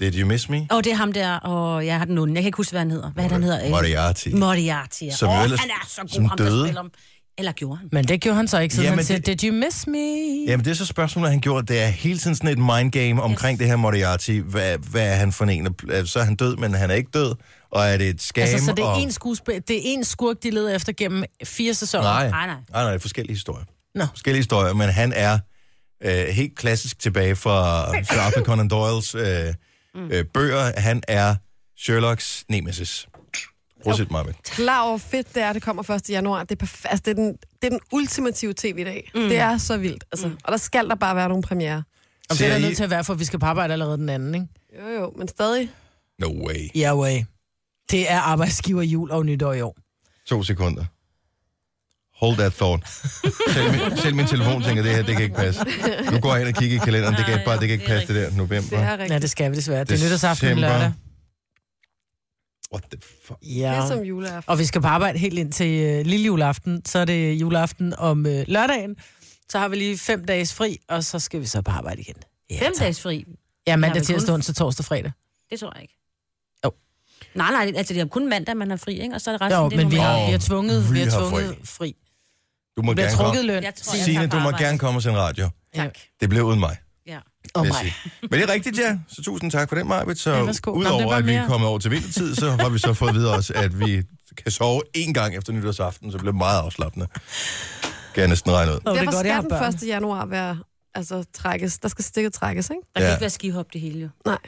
Speaker 1: Did you miss me?
Speaker 3: Åh, oh, det er ham der, og jeg har den onde. Jeg kan ikke huske, hvad han hedder. Hvad er det, han hedder?
Speaker 1: Moriarty.
Speaker 3: Moriarty. ja.
Speaker 1: Som
Speaker 3: Åh,
Speaker 1: ellers-
Speaker 3: han er så god,
Speaker 1: som
Speaker 3: ham der
Speaker 1: døde.
Speaker 3: spiller om. Eller gjorde han?
Speaker 2: Men det gjorde han så ikke, så
Speaker 1: Jamen,
Speaker 2: han siger,
Speaker 1: det-
Speaker 2: did you miss me?
Speaker 1: Jamen, det er så spørgsmålet, han gjorde. Det er hele tiden sådan et mindgame omkring yes. det her Moriarty. Hvad, hvad er han for en? Øh, Så er han død, men han er ikke død. Og er det et scam?
Speaker 2: Altså, så det er
Speaker 1: og...
Speaker 2: en skuespil, det er en skurk, de leder efter gennem fire sæsoner.
Speaker 1: Nej, nej,
Speaker 3: Nej,
Speaker 1: nej. Nej,
Speaker 3: nej.
Speaker 1: det er forskellige historier.
Speaker 2: Nå.
Speaker 1: Forskellige historier, men han er øh, helt klassisk tilbage fra Sir Arthur Conan Doyles øh,
Speaker 2: Mm.
Speaker 1: øh, bøger. Han er Sherlock's nemesis. Prøv at sætte mig med.
Speaker 4: Klar over fedt det er, det kommer 1. januar. Det er, perf- altså, det er, den, det er den ultimative tv-dag. Mm. Det er så vildt. Altså. Mm. Og der skal der bare være nogle premiere.
Speaker 2: Og det er der
Speaker 1: Ser I-
Speaker 2: nødt til at være, for vi skal på arbejde allerede den anden, ikke?
Speaker 4: Jo, jo, men stadig.
Speaker 1: No way.
Speaker 2: Ja, way. Det er arbejdsgiver jul og nytår i år.
Speaker 1: To sekunder. Hold that thought. Selv min, selv min telefon tænker, det her, det kan ikke passe. Nu går jeg ind og kigger i kalenderen, det kan, bare, det kan ikke passe det der november.
Speaker 4: Det er rigtigt.
Speaker 2: Ja, det skal vi desværre. Det er nytårsaften
Speaker 1: December.
Speaker 2: lørdag.
Speaker 1: What the fuck?
Speaker 4: Det er
Speaker 2: Ja.
Speaker 4: som Ligesom juleaften.
Speaker 2: Og vi skal på arbejde helt ind til øh, lille juleaften. Så er det juleaften om øh, lørdagen. Så har vi lige fem dages fri, og så skal vi så på arbejde igen. Ja,
Speaker 3: Fem
Speaker 2: tak.
Speaker 3: dages fri.
Speaker 2: Ja,
Speaker 3: Jeg
Speaker 2: mandag,
Speaker 3: vil
Speaker 2: tirsdag,
Speaker 3: kun-
Speaker 2: onsdag, torsdag, fredag.
Speaker 3: Det tror jeg ikke.
Speaker 2: Jo.
Speaker 3: Nej, nej, altså det er kun mandag, man har fri, ikke? Og så er det resten,
Speaker 2: Jo,
Speaker 3: det er
Speaker 2: men vi
Speaker 3: normalt.
Speaker 2: har,
Speaker 1: Åh,
Speaker 2: vi har tvunget, vi
Speaker 1: vi
Speaker 2: har
Speaker 1: har
Speaker 2: tvunget fri.
Speaker 1: Du må
Speaker 2: Vi har
Speaker 1: gerne
Speaker 2: trukket
Speaker 1: komme.
Speaker 2: løn.
Speaker 3: Jeg tror, jeg
Speaker 1: Signe,
Speaker 3: tager på
Speaker 1: du må
Speaker 3: arbejde.
Speaker 1: gerne komme og sende radio.
Speaker 2: Tak.
Speaker 1: Det blev uden mig.
Speaker 3: Ja.
Speaker 2: Åh,
Speaker 1: vil
Speaker 2: oh,
Speaker 1: jeg sige. Men det er rigtigt, ja. Så tusind tak for den, Majbet. Så
Speaker 2: Ja,
Speaker 1: ja,
Speaker 2: værsgo. Nå, men det
Speaker 1: udover
Speaker 2: var
Speaker 1: at vi er
Speaker 2: mere.
Speaker 1: kommet over til vintertid, så har vi så fået at vide også, at vi kan sove én gang efter nytårsaften, så det blev meget afslappende. Kan jeg næsten regne ud.
Speaker 2: Nå, det er
Speaker 4: Derfor
Speaker 2: godt, jeg har
Speaker 4: skal den
Speaker 2: børn.
Speaker 4: 1. januar være, altså, trækkes. Der skal stikket trækkes, ikke?
Speaker 3: Der kan
Speaker 1: Ja.
Speaker 3: ikke være skihop det hele, jo.
Speaker 4: Nej.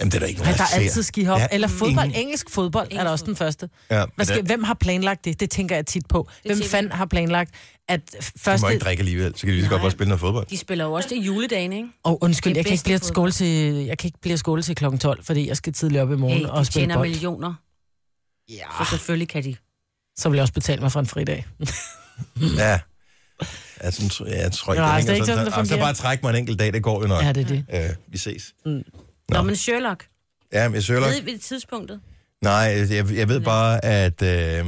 Speaker 1: Jamen, det er der ikke
Speaker 2: Ja,
Speaker 1: nogen,
Speaker 2: der er
Speaker 1: ser.
Speaker 2: altid skihop.
Speaker 1: Der er
Speaker 2: Eller fodbold.
Speaker 1: ingen-
Speaker 2: Engelsk fodbold er der også den første.
Speaker 1: Ja, men
Speaker 2: Hvad skal,
Speaker 1: der-
Speaker 2: hvem har planlagt det? Det tænker jeg tit på. Hvem
Speaker 3: tænker
Speaker 2: fanden har planlagt, at
Speaker 1: De må
Speaker 2: første...
Speaker 1: ikke drikke alligevel, så kan de lige så godt bare spille noget fodbold.
Speaker 3: De spiller jo også det i juledagen, ikke?
Speaker 2: Åh, oh, undskyld,
Speaker 3: Det
Speaker 2: jeg kan, ikke
Speaker 3: bedste
Speaker 2: blive
Speaker 3: fodbold.
Speaker 2: skole til, jeg kan ikke blive skole til kl. 12, fordi jeg skal tidligt op i morgen
Speaker 3: Hey,
Speaker 2: hey, og
Speaker 3: de
Speaker 2: spille
Speaker 3: tjener
Speaker 2: bold.
Speaker 3: millioner,
Speaker 2: Ja.
Speaker 3: så selvfølgelig kan de.
Speaker 2: Så vil jeg også betale mig for en fridag.
Speaker 1: Ja. Ja, sådan, tror- ja, jeg tror ikke,
Speaker 2: Nej, det er
Speaker 1: hænger
Speaker 2: ikke sådan, det
Speaker 1: Jamen, Så
Speaker 2: fungerer.
Speaker 1: bare træk mig en enkelt dag, det går jo nok.
Speaker 2: Ja, det er det.
Speaker 1: Øh, vi ses.
Speaker 3: Nå,
Speaker 1: Nå.
Speaker 3: men Sherlock,
Speaker 1: Ja, men jeg søger
Speaker 3: ved I ved tidspunktet?
Speaker 1: Nej, altså, jeg, jeg ved bare, at, øh,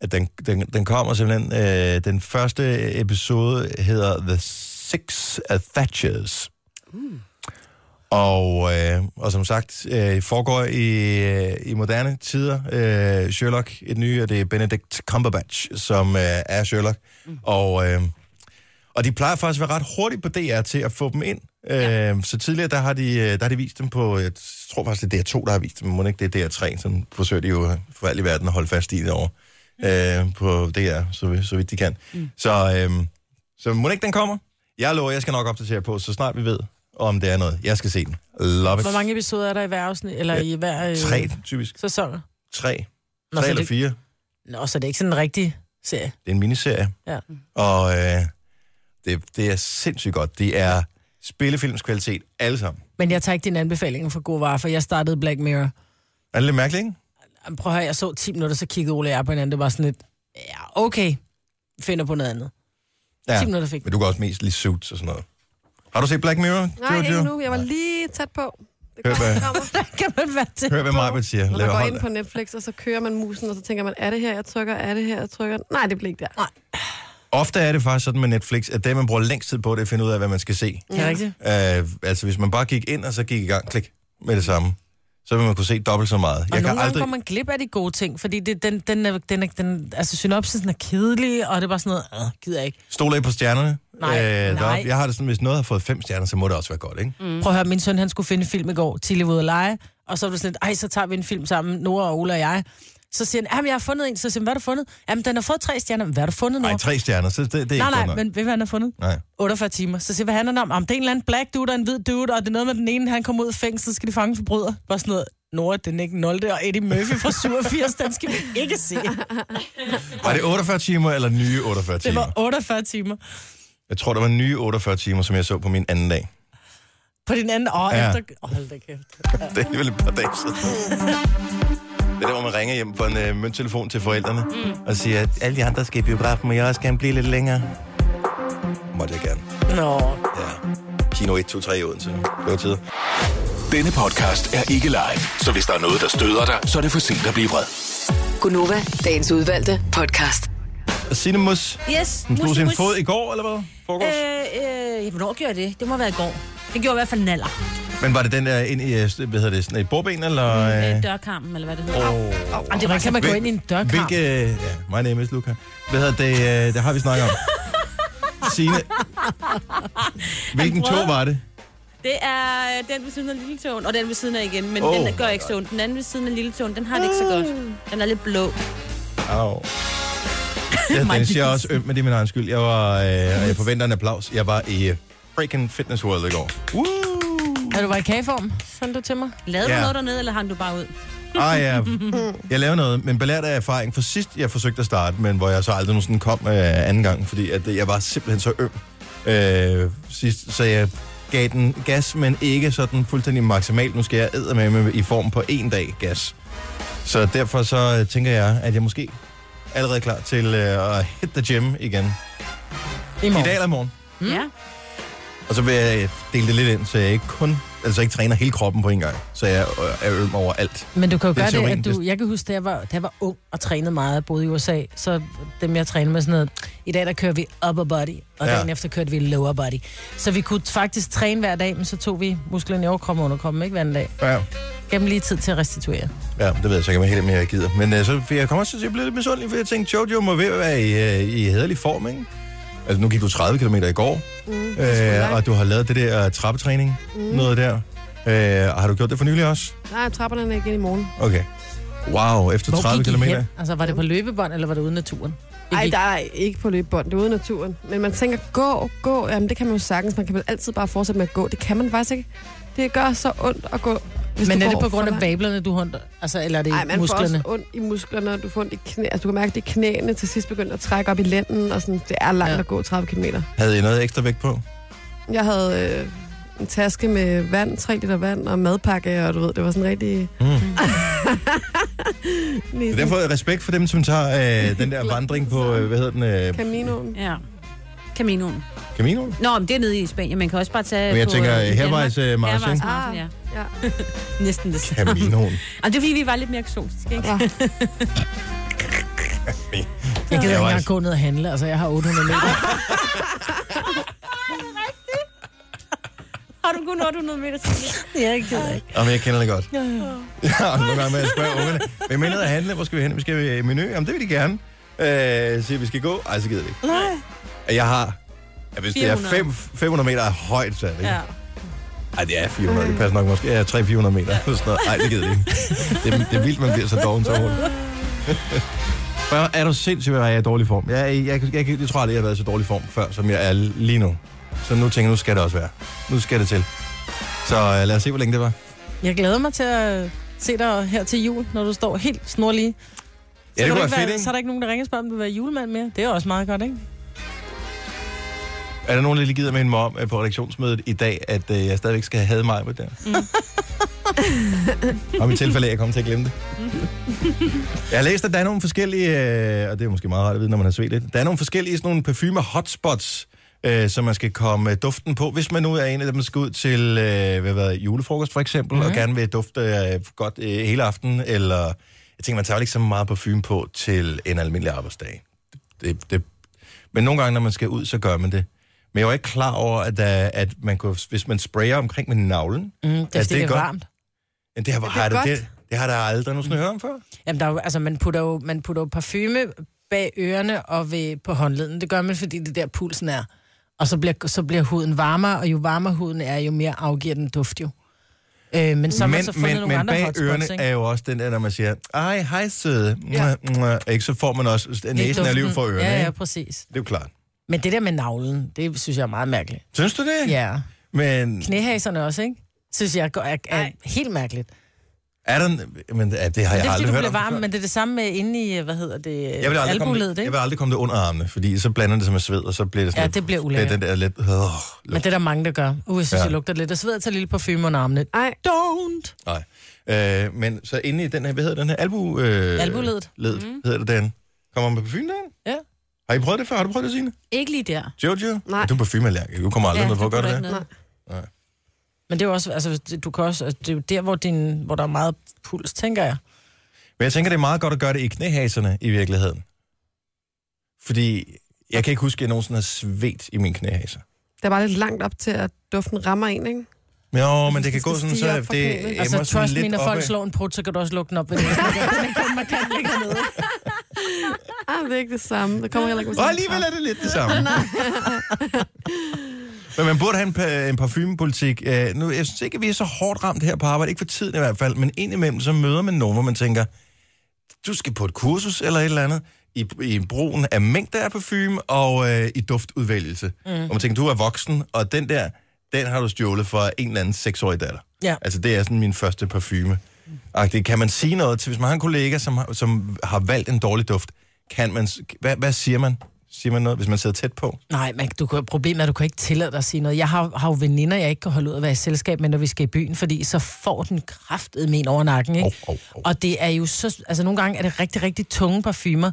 Speaker 1: at den, den, den kommer simpelthen... Øh, den første episode hedder The Six of Thatchers. Og, øh, og som sagt, øh, foregår i, øh, i moderne tider. Øh, Sherlock, et nye, og det er Benedict Cumberbatch, som øh, er Sherlock. Mm. Og, øh, og de plejer faktisk at være ret hurtigt på DR til at få dem ind. Ja. Øh, så tidligere, der har, de, øh, der har de vist dem på, jeg tror faktisk, det er DR2, der har vist dem, men må ikke det er DR3, så forsøger de jo øh, for alt i verden at holde fast i det over
Speaker 2: Mm.
Speaker 1: øh, på DR, så, vi- så vidt de kan. Mm. Så, øh, så må ikke den kommer? Jeg lover, jeg skal nok opdatere på, så snart vi ved, om det er noget. Jeg skal se den. Love it.
Speaker 2: Hvor mange episoder er der i hver afsnit, eller i hver øh,
Speaker 1: Tre, typisk.
Speaker 2: sæson?
Speaker 1: Tre.
Speaker 2: Nå,
Speaker 1: Tre
Speaker 2: så
Speaker 1: eller
Speaker 2: det-
Speaker 1: fire.
Speaker 2: Nå, så det er ikke sådan en rigtig serie.
Speaker 1: Det er en miniserie.
Speaker 2: Ja.
Speaker 3: Mm.
Speaker 1: Og øh, det, det er sindssygt godt. Det er spillefilmskvalitet alle sammen.
Speaker 2: Men jeg tager ikke din anbefaling for god varer, for jeg startede Black Mirror.
Speaker 1: Er det lidt mærkeligt, ikke?
Speaker 2: Jamen, Prøv at høre, jeg så 10 minutter, så kiggede Ole og jeg på hinanden. Det var sådan lidt, ja, okay, finder på noget andet.
Speaker 1: Ja.
Speaker 2: 10 minutter fik
Speaker 1: Men du kan også mest lige Suits og sådan noget. Har du set Black Mirror,
Speaker 4: Nej, ikke nu. Jeg var lige tæt på. Det
Speaker 1: Hør, hvad-
Speaker 4: kommer. det kommer.
Speaker 2: Kan man være til?
Speaker 1: Hør, hvad Marvitt siger.
Speaker 4: Når
Speaker 1: Lad
Speaker 4: man går
Speaker 1: hold-
Speaker 4: ind på Netflix, og så kører man musen, og så tænker man, er det her, jeg trykker, er det her, jeg trykker? Nej, det blev ikke der. Nej.
Speaker 1: Ofte er det faktisk sådan med Netflix, at det, man bruger længst tid på, det er at finde ud af, hvad man skal se.
Speaker 2: Ja, rigtigt.
Speaker 1: Uh, altså, hvis man bare gik ind, og så gik i gang, klik med det samme, så vil man kunne se dobbelt så meget.
Speaker 2: Og jeg nogle gange aldrig... går man glip af de gode ting, fordi det, den, den, er, den, er, den, altså synopsisen er kedelig, og det er bare sådan noget, "Åh, gider jeg ikke.
Speaker 1: Stole af på stjernerne.
Speaker 2: Nej, nej.
Speaker 1: deroppe. Jeg har det sådan, hvis noget har fået fem stjerner, så må det også være godt, ikke? Mm.
Speaker 2: Mm. Prøv at høre, min søn han skulle finde en film i går, Tillevud og Leje, og så var det sådan lidt, ej, så tager vi en film sammen, Nora og Ola og jeg. Så siger han, jamen jeg har fundet en, så siger han, hvad har du fundet? Jamen den har fået tre stjerner, "Men hvad har du fundet, Nora?
Speaker 1: Nej, tre stjerner, så det, det er ikke
Speaker 2: nej,
Speaker 1: godt
Speaker 2: nej,
Speaker 1: nok.
Speaker 2: men ved du, hvad han har fundet?
Speaker 1: Nej.
Speaker 2: 48 timer. Så siger jeg, hvad handler det om? Om det er en eller anden black dude og en hvid dude, og det er noget med den ene, han kommer ud af fængsel, skal de fange forbryder. Bare sådan noget, Nora, den ikke Nolte og Eddie Murphy fra 87, den skal vi ikke se.
Speaker 1: Var det 48 timer eller nye 48
Speaker 2: Det
Speaker 1: timer?
Speaker 2: var 48 timer.
Speaker 1: Jeg tror, der var nye 48 timer, som jeg så på min anden dag.
Speaker 2: På din anden... Åh,
Speaker 1: Ja.
Speaker 2: ja. efter... Åh, hold da kæft.
Speaker 1: Det er vel et par dage siden. Det er der, hvor man ringer hjem på en øh, mønttelefon til forældrene mm. og siger, at alle de andre skal i biografen, men jeg også gerne blive lidt længere. Måtte jeg gerne.
Speaker 2: Nå,
Speaker 1: Ja. Kino 1, 2, 3 i Odense. Det var tid.
Speaker 5: Denne podcast er ikke live, så hvis der er noget, der støder dig, så er det for sent at blive vred.
Speaker 6: Gunova, dagens udvalgte podcast.
Speaker 1: Signe Mus,
Speaker 3: Yes,
Speaker 1: hun slog
Speaker 3: mus,
Speaker 1: sin
Speaker 3: mus.
Speaker 1: fod i går, eller hvad?
Speaker 3: Øh,
Speaker 1: Forgårs.
Speaker 3: øh, ja, hvornår gjorde jeg det? Det må have været i går. Det gjorde i hvert fald naller.
Speaker 1: Men var det den der ind i, øh, hvad hedder det, sådan et bordben, eller?
Speaker 3: Øh,
Speaker 1: Øh,
Speaker 3: dørkarmen, eller hvad det hedder.
Speaker 1: Åh.
Speaker 2: Jamen, det var kan Mm, man gå
Speaker 1: Hvil-
Speaker 2: ind i en dørkamp.
Speaker 1: Hvilke... øh, Ja, my name is Luca. Hvad hedder det? øh, Det har vi snakket om. Signe. Hvilken
Speaker 3: prøvede.
Speaker 1: tog var det?
Speaker 3: Det er øh, den ved siden af Lille Tåen, og den ved siden af igen, men
Speaker 1: Oh
Speaker 3: oh, den gør
Speaker 1: my
Speaker 3: ikke så ondt. Den anden ved siden af Lille Tåen, den har det ikke så godt. Den er lidt blå.
Speaker 1: Au. Jeg, Dennis, jeg er også øm, men det er min egen skyld. Jeg, var, øh, og jeg forventer en applaus. Jeg var i øh, freaking Fitness World i går. Woo!
Speaker 2: Er du var i kageform, sendte du til mig?
Speaker 3: Lavede
Speaker 1: Ja.
Speaker 3: du noget dernede, eller hang du bare ud?
Speaker 1: Ah, ja. Jeg lavede noget, men belært af erfaring fra sidst, jeg forsøgte at starte, men hvor jeg så aldrig nogensinde kom øh, anden gang, fordi at, øh, jeg var simpelthen så øm øh, sidst, så jeg gav den gas, men ikke sådan fuldstændig maksimalt. Nu skal jeg med med i form på en dag gas. Så derfor så øh, tænker jeg, at jeg måske allerede er klar til øh, at hit the gym igen.
Speaker 2: I
Speaker 1: I
Speaker 2: morgen.
Speaker 1: dag eller i morgen.
Speaker 3: Mm. Ja.
Speaker 1: Og så vil jeg øh, dele det lidt ind, så jeg ikke kun, altså ikke træner hele kroppen på en gang, så jeg øh, er øm over alt.
Speaker 2: Men du kan jo
Speaker 1: Det er
Speaker 2: gøre det,
Speaker 1: teorien,
Speaker 2: at du... Jeg kan huske, da jeg var, da jeg var ung og trænede meget, både i USA, så dem jeg trænede med sådan noget, i dag der kører vi upper body,
Speaker 1: Ja.
Speaker 2: og ja. dagen efter kørte vi lower body. Så vi kunne faktisk træne hver dag, men så tog vi musklerne i overkroppen og underkroppen, ikke hver anden dag.
Speaker 1: Ja.
Speaker 2: Gav dem lige tid til at restituere.
Speaker 1: Ja, det ved jeg så ikke, om jeg helt mere gider. Men øh, så for jeg kommer også til at blive lidt misundelig, for jeg tænkte, Jojo må ved at være i, øh, i hederlig form, ikke? Altså, nu gik du 30 km i går, mm, øh, og du har lavet det der trappetræning, mm. noget der. Øh, og har du gjort det for nylig også?
Speaker 4: Nej, trapperne er igen i morgen.
Speaker 1: Okay. Wow, efter 30
Speaker 2: gik I
Speaker 1: km.
Speaker 2: hen? Altså, var det på løbebånd, eller var det ude i naturen? I
Speaker 4: Nej,
Speaker 2: gik-
Speaker 4: der er ikke på løbebånd. Det er ude i naturen. Men man tænker, gå, gå. Jamen, det kan man jo sagtens. Man kan vel altid bare fortsætte med at gå. Det kan man faktisk ikke. Det gør så ondt at gå. Hvis
Speaker 2: Men
Speaker 4: du
Speaker 2: er det
Speaker 4: går
Speaker 2: på grund
Speaker 4: for
Speaker 2: af
Speaker 4: langt.
Speaker 2: vablerne, du hunter? Altså, eller er det
Speaker 4: Nej, man får
Speaker 2: musklerne?
Speaker 4: også ondt i musklerne, og du får ondt i knæ. Altså, du kan mærke, at det er knæene til sidst begyndte at trække op i lænden, og sådan, det er langt ja.
Speaker 2: Ja.
Speaker 4: at gå 30 km.
Speaker 1: Havde I noget ekstra vægt på?
Speaker 4: Jeg havde øh, en taske med vand, 3 liter vand og madpakke, og du ved, det var sådan rigtig...
Speaker 1: Mm.
Speaker 4: Næsen.
Speaker 1: Så derfor respekt for dem, som tager øh, den der vandring på, øh, hvad hedder den? Øh,
Speaker 4: Caminoen.
Speaker 3: ja. Caminoen.
Speaker 1: Caminoen?
Speaker 3: Nå, men det er nede i Spanien. Man kan også bare tage
Speaker 1: Men jeg
Speaker 3: på,
Speaker 1: tænker,
Speaker 3: øh, i Danmark.
Speaker 1: hervejsmarchen, ikke?
Speaker 3: Hervejsmarchen, ja.
Speaker 4: Ja.
Speaker 3: Næsten det samme.
Speaker 1: Caminoen.
Speaker 3: Jamen, det er fordi, vi var lidt mere eksotiske, ikke?
Speaker 4: ja. Ah,
Speaker 2: Jeg
Speaker 1: Jeg
Speaker 2: gider ikke
Speaker 1: var
Speaker 2: engang
Speaker 1: altså-
Speaker 2: gå ned og handle. Altså, jeg har 800 meter.
Speaker 3: Har du kun 800 meter til det?
Speaker 2: jeg gider ikke.
Speaker 1: Jamen, jeg kender det godt. Ja, nogle gange med at spørge ungerne, hvem er nede at handle? Hvor skal vi hen? Vi skal i menu. Jamen, det vil de gerne. Øh, siger, vi skal gå. Ej, så gider det ikke. Nej. Jeg har... Ja, hvis det er
Speaker 3: 400.
Speaker 1: fem- 500 meter er højt, så er det ikke.
Speaker 3: Ja.
Speaker 1: Ja. Ej, det er 400. Det passer nok måske. Ja, 300-400 meter. Ja. Sådan noget. Ej, det gider det ikke. Det, er- det er vildt, man bliver så doven så hurtigt. Hvor er du sindssygt, hvor er jeg i dårlig form? Jeg, er i- jeg, jeg, jeg, jeg tror aldrig, jeg har været i så dårlig form før, som jeg er lige nu. Så nu tænker jeg, nu skal det også være. Nu skal det til. Så øh, lad os se, hvor længe det var.
Speaker 2: Jeg glæder mig til at se dig her til jul, når du står helt snorlige. Så,
Speaker 1: Ja, det
Speaker 2: kan
Speaker 1: kunne
Speaker 2: du
Speaker 1: være
Speaker 2: ikke
Speaker 1: fedt,
Speaker 2: være,
Speaker 1: ikke?
Speaker 2: så er der ikke nogen, der ringer og spørger, om du vil være julemand mere. Det er også meget godt, ikke?
Speaker 1: Er der nogen, der lige gider med mig om øh, på redaktionsmødet i dag, at øh, jeg stadigvæk skal have mig på der? Mm. Om i tilfælde af, at jeg kommer til at glemme det. Jeg har læst, at der er nogle forskellige, øh, og det er måske meget rart at vide, når man har svedt lidt, der er nogle forskellige sådan nogle parfume hotspots, øh, som man skal komme øh, duften på. Hvis man nu er en af dem, der skal ud til øh, hvad ved, jeg, julefrokost for eksempel, mm. og gerne vil dufte øh, godt øh, hele aftenen, eller jeg tænker, man tager vel ikke så meget parfume på til en almindelig arbejdsdag. Det, det, men nogle gange, når man skal ud, så gør man det. Men jeg var ikke klar over, at, øh, at man kunne, hvis man sprayer omkring med navlen,
Speaker 2: Mm, det er,
Speaker 1: Altså,
Speaker 2: altså, det er
Speaker 1: godt.
Speaker 2: varmt.
Speaker 1: men det, har, det,
Speaker 4: er
Speaker 1: har det,
Speaker 4: godt.
Speaker 1: det, det har der aldrig nogensinde hørt om før.
Speaker 2: Jamen, der er jo, altså, man putter jo, man putter jo parfume bag ørerne og ved, på håndleden. Det gør man, fordi det er der pulsen er. Og så bliver, så bliver huden varmere, og jo varmere huden er, jo mere afgiver den duft jo. Øh, men så har man så fundet nogle
Speaker 1: men
Speaker 2: andre
Speaker 1: bag ørerne
Speaker 2: hotspots, ikke?
Speaker 1: er jo også den der, når man siger, ej, hej søde, ja.
Speaker 4: Ja.
Speaker 1: ikke, så får man også
Speaker 2: Det
Speaker 1: næsen er liv
Speaker 2: duften.
Speaker 1: for ørerne.
Speaker 2: Ja, ja,
Speaker 1: ikke?
Speaker 2: præcis.
Speaker 1: Det er jo klart.
Speaker 2: Men det der med navlen, det synes jeg er meget mærkeligt.
Speaker 1: Synes du det?
Speaker 2: Ja.
Speaker 1: Men
Speaker 2: Knæhaserne også, ikke? Synes jeg er, er, er helt mærkeligt.
Speaker 1: Er der en, men ja, det har jeg
Speaker 2: det er fordi,
Speaker 1: aldrig
Speaker 2: du
Speaker 1: hørt
Speaker 2: bliver
Speaker 1: om
Speaker 2: varm,
Speaker 1: før.
Speaker 2: men det er det samme med inde i, hvad hedder det,
Speaker 1: jeg vil, aldrig komme,
Speaker 2: albuledet,
Speaker 1: det, jeg
Speaker 2: ikke?
Speaker 1: vil aldrig komme det under armene, fordi så blander det sig med sved, og så bliver det sådan...
Speaker 2: Ja,
Speaker 1: lidt-
Speaker 2: det bliver ulækkert.
Speaker 1: Den der lidt... Øh,
Speaker 2: Men det er der mange, der gør. Uh, jeg synes,
Speaker 1: Ja.
Speaker 2: ja. jeg lugter lidt. Jeg sveder til lille parfume under armene.
Speaker 4: Ej.
Speaker 2: Don't!
Speaker 1: Nej. Øh, men så inde i den her, hvad hedder den her? Albu, øh,
Speaker 2: Albuledet. Mhm.
Speaker 1: Ledet, mm. hedder det den. Kommer man på parfume derinde?
Speaker 2: Ja.
Speaker 1: Har I prøvet det før? Har du prøvet det, Signe?
Speaker 3: Ikke lige der.
Speaker 1: Jojo?
Speaker 4: Nej.
Speaker 1: Du er parfumeallergiker. Du kommer aldrig ja, med på at gøre
Speaker 3: det putter
Speaker 1: det.
Speaker 3: ikke
Speaker 1: der.
Speaker 3: noget.
Speaker 2: Men det er jo også, altså, det- du kan også, altså, det er jo der, hvor, din, hvor der er meget puls, tænker jeg.
Speaker 1: Men jeg tænker, det er meget godt at gøre det i knæhaserne i virkeligheden. Fordi jeg kan ikke huske, at jeg nogensinde har svedt i min knæhaser.
Speaker 4: Der er bare lidt langt op til, at duften rammer en, ikke?
Speaker 1: Jo, men
Speaker 4: synes,
Speaker 1: det kan
Speaker 4: det
Speaker 1: gå
Speaker 4: skal
Speaker 1: sådan,
Speaker 4: stige
Speaker 1: så
Speaker 4: op fra
Speaker 1: det
Speaker 4: knæet.
Speaker 1: emmer
Speaker 2: Altså,
Speaker 1: sådan
Speaker 2: trust me,
Speaker 1: lidt
Speaker 2: når folk
Speaker 1: opad.
Speaker 2: slår en prut, så kan du også lukke den op ved det. Den er kun markant ligger nede.
Speaker 4: Ah, det er ikke det samme. Der kommer heller ikke
Speaker 1: Og alligevel er det lidt det samme. men man burde have en, pa- en parfumepolitik. Øh, nu, jeg synes ikke, at vi er så hårdt ramt her på arbejde. Ikke for tiden i hvert fald, men indimellem så møder man nogen, hvor man tænker, du skal på et kursus eller et eller andet i, i brugen af mængder af parfume og øh, i duftudvælgelse. Mm. Og man tænker, du er voksen, og den der, den har du stjålet fra en eller anden seksårig datter.
Speaker 2: Ja.
Speaker 1: Altså, det er sådan min første parfume. Og det, kan man sige noget til, hvis man har en kollega, som har, som har valgt en dårlig duft, kan man, s- hvad, hvad siger man? Siger man noget, hvis man sidder tæt på?
Speaker 2: Nej, men du kan, problemet er, at du kan ikke tillade dig at sige noget. Jeg har, har jo veninder, jeg ikke kan holde ud at være i selskab med, når vi skal i byen, fordi så får den kraftet med en over nakken, ikke?
Speaker 1: Hov, hov, hov.
Speaker 2: Og det er jo så... Altså, nogle gange er det rigtig, rigtig tunge parfumer,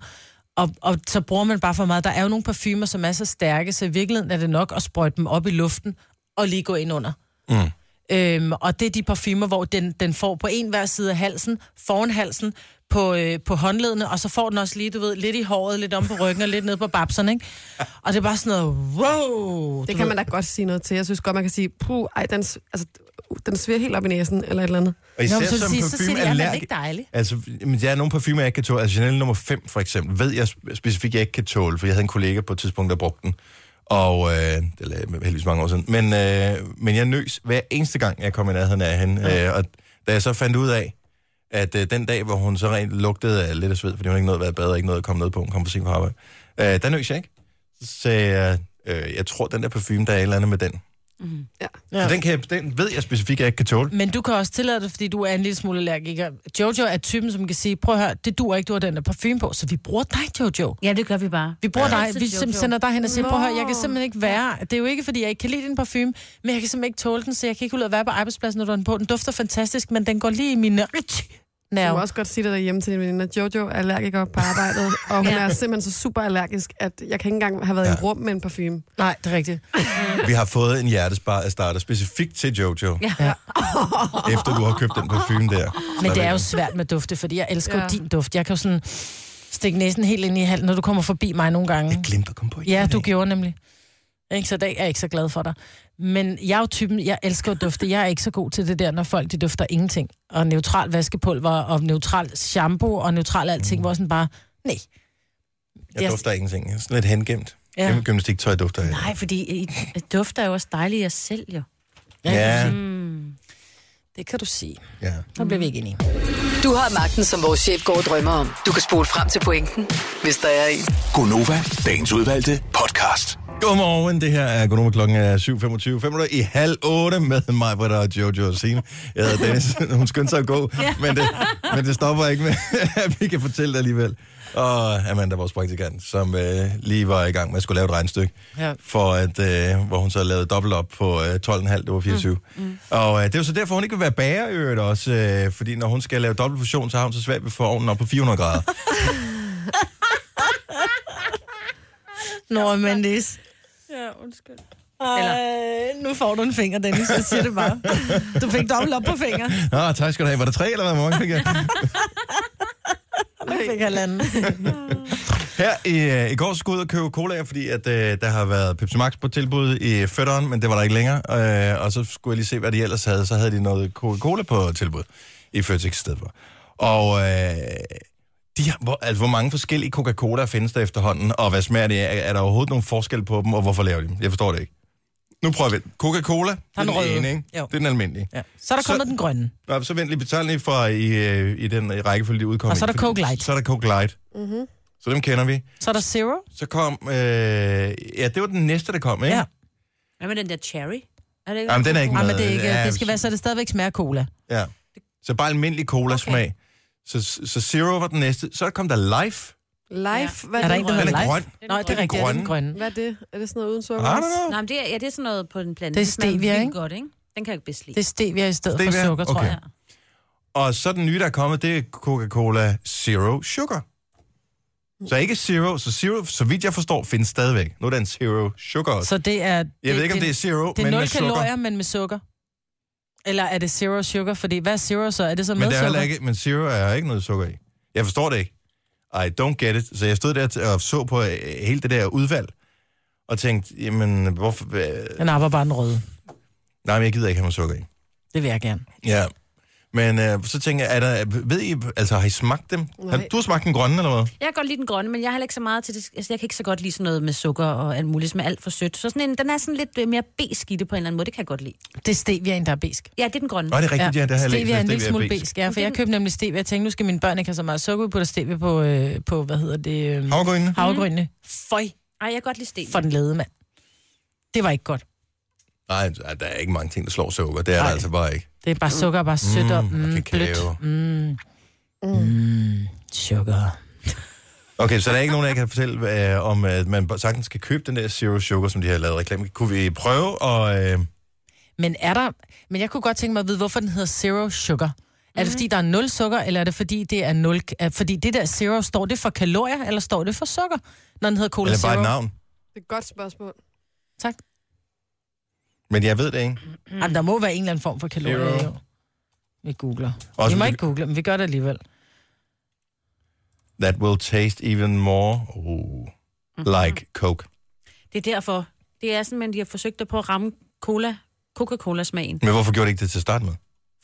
Speaker 2: og, og så bruger man bare for meget. Der er jo nogle parfumer, som er så stærke, så i virkeligheden er det nok at sprøjte dem op i luften og lige gå ind under. Mm. Øhm, og det er de parfumer, hvor den, den får på en hver side af halsen, foran halsen, på, øh, på håndledene, og så får den også lige, du ved, lidt i håret, lidt om på ryggen og lidt ned på babserne, ikke? Og det er bare sådan noget, wow! du
Speaker 4: Det
Speaker 2: ved.
Speaker 4: kan man da godt sige noget til. Jeg synes godt, man kan sige, puh, ej, den, s- altså, den sviger helt op i næsen, eller et eller andet.
Speaker 1: Og
Speaker 2: Nå, men så siger- så siger de, ja, men er det ikke dejligt?
Speaker 1: Altså, men der er nogle parfumer, jeg ikke kan tåle. Altså, Chanel nummer 5, for eksempel, ved jeg sp- specifikt, jeg ikke kan tåle, for jeg havde en kollega på et tidspunkt, der brugte den. Og øh, det lavede jeg heldigvis mange år siden. Men, øh, men jeg nøs hver eneste gang, jeg kom i nærheden af hende. Øh, og da jeg så fandt ud af, at øh, den dag, hvor hun så rent lugtede af lidt af sved, fordi hun ikke nåede at være bad, og ikke nåede at komme ned på, hun kom for sent på arbejde, øh, der nøs jeg ikke. Så sagde jeg, øh, jeg tror, den der parfume, der er et eller andet med den.
Speaker 4: Ja.
Speaker 1: Ja. Så den, kan jeg, den ved jeg specifikt, jeg ikke kan tåle.
Speaker 2: Men du kan også tillade det, fordi du er en lille smule allergiker. Jojo er typen, som kan sige, prøv at høre, det duer ikke, du har den der parfume på, så vi bruger dig, Jojo.
Speaker 3: Ja, det gør vi bare.
Speaker 2: Vi bruger
Speaker 3: Ja.
Speaker 2: ja. dig,
Speaker 3: Altid
Speaker 2: vi
Speaker 3: Jojo.
Speaker 2: sim- sender dig hen og siger,
Speaker 4: Nå.
Speaker 2: prøv at høre, jeg kan simpelthen ikke være. Det er jo ikke, fordi jeg ikke kan lide din parfume, men jeg kan simpelthen ikke tåle den, så jeg kan ikke ud og være på arbejdspladsen, når du har den på. Den dufter fantastisk, men den går lige i mine
Speaker 4: Du må
Speaker 2: nerve.
Speaker 4: også godt sige det derhjemme til dine veninder. Jojo er allergiker på arbejdet, og hun er simpelthen så super allergisk, at jeg kan ikke engang have været ja. i rum med en parfume.
Speaker 2: Nej, det er rigtigt.
Speaker 1: Vi har fået en hjertespar af starter specifikt til Jojo.
Speaker 2: Ja.
Speaker 1: Efter du har købt den parfume der.
Speaker 2: Men det er jo svært med dufte, fordi jeg elsker ja.
Speaker 4: Ja.
Speaker 2: din duft. Jeg kan jo sådan stikke næsen helt ind i halen, når du kommer forbi mig nogle gange.
Speaker 1: Jeg glemte at komme på en
Speaker 2: Ja,
Speaker 1: i
Speaker 2: du
Speaker 1: dag.
Speaker 2: gjorde nemlig. Ikke, så i dag er jeg ikke så glad for dig. Men jeg er jo typen, jeg elsker at dufte. Jeg er ikke så god til det der, når folk de dufter ingenting. Og neutral vaskepulver, og neutral shampoo, og neutral alting, hvor jeg sådan bare, nej.
Speaker 1: Jeg dufter ingenting. Jeg er sådan lidt hengemt.
Speaker 2: Ja.
Speaker 1: Ja. Gymnastiktøj dufter jeg.
Speaker 3: Nej, fordi I, I dufter jo også dejligt i jer selv, jo.
Speaker 1: Ja,
Speaker 2: Mm. Det kan du sige.
Speaker 1: ja.
Speaker 2: Så bliver vi ikke enige.
Speaker 6: Du har magten, som vores chef går og drømmer om. Du kan spole frem til pointen, hvis der er en.
Speaker 5: Gonova, dagens udvalgte podcast.
Speaker 1: Godmorgen, det her er Godmorgen klokken er 7.25. 5 minutter i halv 8 med mig, Britta og Jojo og Signe. Jeg hedder Dennis, hun skyndte sig at gå, men, det, men det stopper ikke med, at vi kan fortælle det alligevel. Og Amanda, vores praktikant, som øh, lige var i gang med at skulle lave et regnstykke,
Speaker 2: Ja.
Speaker 1: for at, øh, hvor hun så lavede dobbelt op på øh, 12,5, det var 24. Mm. Mm. Og øh, det er jo så derfor, hun ikke vil være bager i øvrigt også, øh, fordi når hun skal lave dobbelt fusion, så har hun så svært ved at få ovnen op på 400 grader.
Speaker 2: Nå, men det Ja, undskyld. Eller... nu får du en finger, Dennis, jeg siger det bare. Du fik dobbelt op på fingeren.
Speaker 1: Nå, tak skal du have. Var der tre eller hvad? Hvor mange fik jeg?
Speaker 2: Jeg fik halvanden.
Speaker 1: Her i, øh, i går skulle jeg ud og købe cola, fordi at, øh, der har været Pepsi Max på tilbud i fødderen, men det var der ikke længere. Øh, og så skulle jeg lige se, hvad de ellers havde. Så havde de noget Coca-Cola på tilbud i Føtex i stedet for. Og øh, de, har- hvor, altså, hvor mange forskellige Coca-Cola findes der efterhånden, og hvad smager det af? Er der overhovedet nogen forskel på dem, og hvorfor laver de dem? Jeg forstår det ikke. Nu prøver vi. Coca-Cola, det er
Speaker 2: den
Speaker 1: den
Speaker 2: røde.
Speaker 1: ene, ikke?
Speaker 2: Jo.
Speaker 1: Det er den almindelige.
Speaker 2: Ja. Så er der
Speaker 1: Så-
Speaker 2: kommet den grønne.
Speaker 1: Nå, så vent lige betal lige fra i, øh, i den rækkefølge, de udkom
Speaker 2: Og så er
Speaker 1: i,
Speaker 2: der
Speaker 1: fordi-
Speaker 2: Coke Light.
Speaker 1: Så er der Coke Light. Mm-hmm. Så dem kender vi.
Speaker 2: Så er der zero.
Speaker 1: Så kom... Øh, ja, det var den næste, der kom, ikke?
Speaker 2: Ja.
Speaker 3: Hvad med den der cherry? Er det ikke?
Speaker 1: Jamen, den er ikke
Speaker 2: Nej,
Speaker 1: med.
Speaker 2: men det, er ikke,
Speaker 1: Ja,
Speaker 2: det skal være, så det stadigvæk smager af cola.
Speaker 1: Ja. Så bare almindelig cola-smag. Okay. Så, så Zero var den næste. Så kom der Life.
Speaker 4: Life, ja. hvad
Speaker 2: Er der en, der
Speaker 1: Den
Speaker 2: hedder
Speaker 1: er
Speaker 2: Life?
Speaker 1: grøn.
Speaker 2: Nej, det er rigtigt.
Speaker 1: grønne.
Speaker 2: Grønne. Den grønne.
Speaker 4: Hvad er det? Er det sådan noget uden
Speaker 1: I
Speaker 4: sukker?
Speaker 1: don't know.
Speaker 3: Nej, men det er, ja, det er sådan noget på en plante.
Speaker 2: Det er
Speaker 3: Det smager
Speaker 2: stevia,
Speaker 3: vildt
Speaker 2: ikke?
Speaker 3: godt, ikke? Den kan jeg ikke bedst lide.
Speaker 2: Det er stevia i stedet
Speaker 1: Stevia?
Speaker 2: for sukker, tror
Speaker 1: Okay.
Speaker 2: jeg.
Speaker 1: Og så den nye, der er kommet, det er Coca-Cola Zero Sugar. Så ikke Zero, så Zero, så vidt jeg forstår, findes stadigvæk. Nu er der en Zero Sugar også.
Speaker 2: Så det er...
Speaker 1: Jeg ved ikke, om det er Zero,
Speaker 2: Det er
Speaker 1: men
Speaker 2: 0
Speaker 1: med sukker.
Speaker 2: kalorier, men med sukker. Eller er det zero sugar? Fordi hvad er zero så? Er det så med
Speaker 1: Men, der er
Speaker 2: sukker?
Speaker 1: heller ikke, men Zero er ikke noget sukker i. Jeg forstår det ikke. I don't get it. Så jeg stod der t- og så på øh, hele det der udvalg, og tænkte, jamen, hvorfor... Øh,
Speaker 2: Den napper bare den røde.
Speaker 1: nej, men jeg gider ikke have med sukker i.
Speaker 2: Det vil jeg gerne.
Speaker 1: Ja. Men øh, så tænker jeg, er der, ved I, altså har I smagt dem? Har,
Speaker 4: Nej.
Speaker 1: du har smagt den grønne, eller hvad?
Speaker 3: Jeg kan godt lide den grønne, men jeg har heller ikke så meget til det. Altså, jeg kan ikke så godt lide sådan noget med sukker og alt muligt, som er alt for sødt. Så sådan en, den er sådan lidt øh, mere beskidte på en eller anden måde. Det kan jeg godt lide.
Speaker 2: Det er steviaen, der er besk.
Speaker 3: Ja, det er den grønne.
Speaker 1: Nej, det er rigtigt, ja, det har jeg læst.
Speaker 2: stevia er en
Speaker 1: at
Speaker 2: lille smule
Speaker 1: besk.
Speaker 2: besk, ja, for jeg købte nemlig stevia. Jeg tænkte, nu skal mine børn ikke have så meget sukker, vi putter stevia på, øh, på hvad hedder det, øh,
Speaker 1: Havregrynene?
Speaker 2: havregrynene. Føj
Speaker 3: Ej, jeg kan godt lide sten.
Speaker 2: for den lede, mand. Det var ikke godt.
Speaker 1: Nej, der- der er ikke mange ting, der slår sukker. Det er der
Speaker 2: Nej.
Speaker 1: altså bare ikke.
Speaker 2: Det er bare sukker, bare sødt og
Speaker 1: og
Speaker 2: mm, blødt.
Speaker 1: kakao.
Speaker 2: Mm. Mm. Sukker.
Speaker 1: Okay, så der er ikke nogen, der kan fortælle øh, om, at man sagtens kan købe den der Zero Sugar, som de har lavet reklame. Kunne vi prøve at... Øh,
Speaker 2: Men er der... Men jeg kunne godt tænke mig at vide, hvorfor den hedder Zero Sugar. Er det fordi, der er nul sukker, eller er det fordi, det er nul... er- Fordi det der zero, står det for kalorier, eller står det for sukker, når den hedder Cola
Speaker 1: eller bare
Speaker 2: Zero?
Speaker 1: et navn?
Speaker 4: Det er et godt spørgsmål.
Speaker 2: Tak.
Speaker 1: Men jeg ved det ikke.
Speaker 2: Mm. Jamen, der må være en eller anden form for kalorier,
Speaker 1: Zero.
Speaker 2: jo. Vi googler.
Speaker 1: Også
Speaker 2: vi må
Speaker 1: fordi-
Speaker 2: ikke google, men vi gør det alligevel.
Speaker 1: That will taste even more oh,
Speaker 2: Mm-hmm.
Speaker 1: like Coke.
Speaker 3: Det er derfor. Det er sådan, man de har forsøgt at på at ramme cola, Coca-Cola-smagen.
Speaker 1: Men hvorfor gjorde de ikke det til at starte med?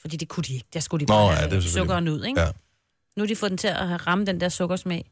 Speaker 3: Fordi det kunne de ikke. Der skulle de
Speaker 1: Nå,
Speaker 3: bare
Speaker 1: ja, det er
Speaker 3: have
Speaker 1: selvfølgelig-
Speaker 3: sukkeren ud, ikke?
Speaker 1: Ja.
Speaker 3: Nu har de fået den til at have- ramme den der sukkersmag.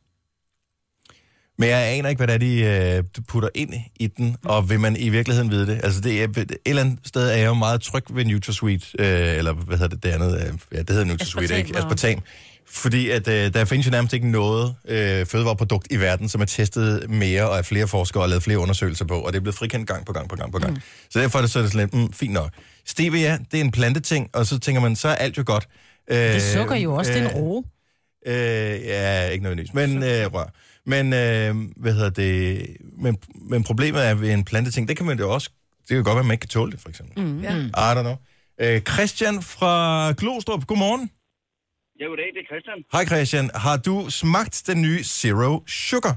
Speaker 1: Men jeg aner ikke, hvad det er, de øh, putter ind i den, og vil man i virkeligheden vide det? Altså, det er, et eller andet sted er jeg jo meget tryg ved Nutrasweet, øh, eller hvad hedder det, det andet? Øh, ja, det hedder Nutrasweet,
Speaker 3: Aspartam
Speaker 1: ikke?
Speaker 3: og-
Speaker 1: Aspartam. Fordi at, øh, der findes jo nærmest ikke noget øh, fødevareprodukt i verden, som er testet mere, og af flere forskere og lavet flere undersøgelser på, og det er blevet frikendt gang på gang på gang på gang. Mm. Så derfor er det, så er det sådan lidt, mm, fint nok. Stevia, det er en planteting, og så tænker man, så er alt jo godt. Øh,
Speaker 2: Det er sukker jo også, det er en roe.
Speaker 1: Øh, ja, ikke nødvendigvis, men øh, rør. Men, øh, hvad hedder det, men, men problemet er ved en planteting, det kan man jo også, det kan godt være, at man ikke kan tåle det, for eksempel. Mm.
Speaker 4: Ja.
Speaker 1: I don't know. Øh, Christian fra Glostrup, godmorgen.
Speaker 7: Ja, goddag, det er Christian.
Speaker 1: Hej Christian, har du smagt den nye Zero Sugar?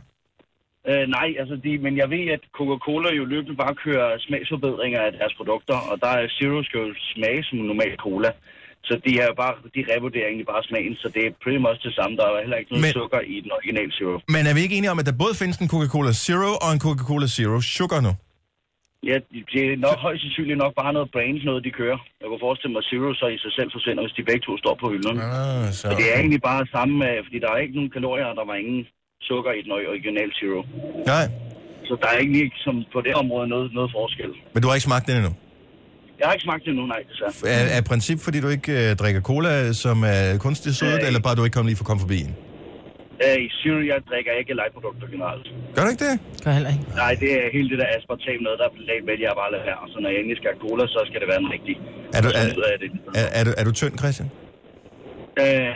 Speaker 7: Øh, nej, altså de, men jeg ved, at Coca-Cola jo løbende bare kører smagsforbedringer af deres produkter, og der er Zero skal jo smage som normal cola. Så de, er jo bare, de revurderer egentlig bare smagen, så det er pretty much det samme. Der er heller ikke noget
Speaker 1: Men-
Speaker 7: men... sukker i den originale Zero.
Speaker 1: Men er vi ikke enige om, at der både findes en Coca-Cola Zero og en Coca-Cola Zero Sugar nu?
Speaker 7: Ja, de- det er nok højst sandsynligt nok bare noget brand, noget de kører. Jeg kunne forestille mig, at Zero så i sig selv forsvinder, hvis de begge to står på hylden. Ja.
Speaker 1: Ah, så.
Speaker 7: Det er egentlig bare samme, øh, fordi der er ikke nogen kalorier, og der var ingen sukker i den originale Zero.
Speaker 1: Nej,
Speaker 7: Så der er ikke lige som på det område noget, noget forskel.
Speaker 1: men du har ikke smagt den endnu?
Speaker 7: Jeg har ikke smagt det endnu, nej, desværre.
Speaker 1: Er, er princip, fordi du ikke øh, drikker cola, som er kunstig sødet,
Speaker 7: Øh.
Speaker 1: eller bare du ikke kom lige for at komme forbi en?
Speaker 7: Øh, I Syrien jeg drikker ikke legeprodukter generelt.
Speaker 1: Gør du ikke det?
Speaker 2: Gør heller ikke.
Speaker 7: Nej, det er hele det der aspartam noget, der er vælger jeg bare at lade her. Så når jeg endelig skal have cola, så skal det være den rigtige.
Speaker 1: Er du,
Speaker 7: Så
Speaker 1: er,
Speaker 7: nyder jeg det.
Speaker 1: er, er, du, er du tynd, Christian?
Speaker 7: Øh,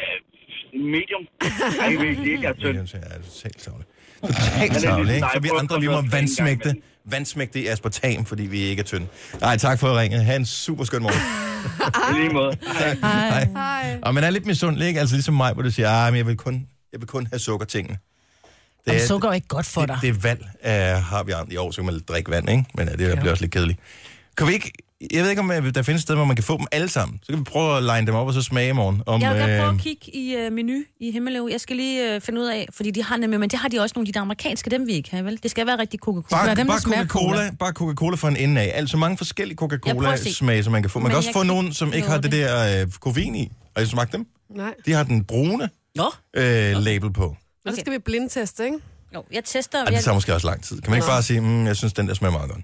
Speaker 7: medium. Nej, jeg vil ikke, jeg er tynd.
Speaker 1: Ja, det er totalt savlet. Totalt
Speaker 7: ligesom
Speaker 1: savlet, ikke? Så vi andre, vi må vandsmægte, vandsmægte i aspartam, fordi vi ikke er tynde. Nej, tak for at ringe. Ha' en super skøn morgen. Ah.
Speaker 7: I lige måde.
Speaker 1: Hej.
Speaker 4: Hej.
Speaker 1: Og man er lidt misundelig, ikke? Altså ligesom mig, hvor du siger, ah, men jeg vil kun, jeg vil kun have sukkertingene. Det
Speaker 2: Jamen, sukker er jo ikke godt for dig.
Speaker 1: det, det valg uh, har vi andre. Jo, så kan man drikke vand, ikke? Men uh, det der bliver også lidt kedeligt. Kan vi ikke... Jeg ved ikke, om øh, der findes et sted, hvor man kan få dem alle sammen. Så kan vi prøve at line dem op og så smage i morgen. Om,
Speaker 3: Jeg vil gerne prøve
Speaker 1: øh,
Speaker 3: at kigge i øh, menu i Himmeløv. Jeg skal lige øh, finde ud af, fordi de har nemlig, men det har de også nogle af de der amerikanske, dem vi ikke har, vel? Det skal være rigtig Coca-Cola.
Speaker 1: Bare,
Speaker 2: være
Speaker 1: dem,
Speaker 2: dem, der
Speaker 1: bare,
Speaker 2: smager
Speaker 1: Coca-Cola, bare Coca-Cola fra en ende af. Altså mange forskellige
Speaker 3: Jeg prøver at se.
Speaker 1: Coca-Cola-smage, som man kan få. Man
Speaker 3: Men
Speaker 1: kan også
Speaker 3: jeg
Speaker 1: få
Speaker 3: kan
Speaker 1: nogen,
Speaker 3: ikke
Speaker 1: som ikke har det
Speaker 3: nå
Speaker 1: der øh, koffein i. Har I smagt dem?
Speaker 4: Nej.
Speaker 1: De har den brune
Speaker 3: Nå,
Speaker 1: øh, label på.
Speaker 4: Og så skal vi blindteste, ikke?
Speaker 3: jo, jeg tester.
Speaker 1: Og
Speaker 3: jeg,
Speaker 1: det tager måske også lang tid. Kan man ikke bare sige, mm, jeg synes, den der smager meget godt?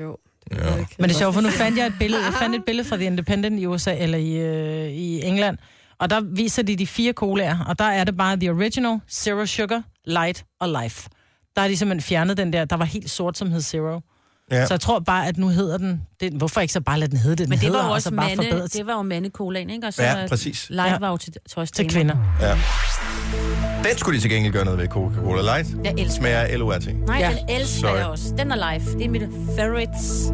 Speaker 4: Jo. Det kan vi ikke.
Speaker 2: Men det er sjovt, for nu fandt jeg et billede, jeg fandt et billede fra The Independent i USA, eller i, øh, i England, og der viser de de fire colaer, og der er det bare The Original, Zero Sugar, Light og Life. Der har de simpelthen fjernet den der, der var helt sort, som hed Zero.
Speaker 1: Ja.
Speaker 2: Ja. Så jeg tror bare, at nu hedder den... den hvorfor ikke så bare lade den hedde det, den
Speaker 3: Men det
Speaker 2: hedder,
Speaker 3: var jo
Speaker 2: og
Speaker 3: også
Speaker 2: så altså bare
Speaker 3: mande,
Speaker 2: forbedre
Speaker 3: det var jo mandekolaen, ikke? Og så
Speaker 1: Ja, præcis.
Speaker 3: Live
Speaker 2: Ja.
Speaker 3: var jo til tøjstænger.
Speaker 2: til kvinder.
Speaker 1: Den skulle de til gengæld gøre noget ved, Coca-Cola Light.
Speaker 3: Jeg elsker
Speaker 1: Smager LORT.
Speaker 3: Nej,
Speaker 2: Ja.
Speaker 3: ja. den elsker
Speaker 1: Sorry.
Speaker 3: jeg også. Den er live. Det er mit favorites.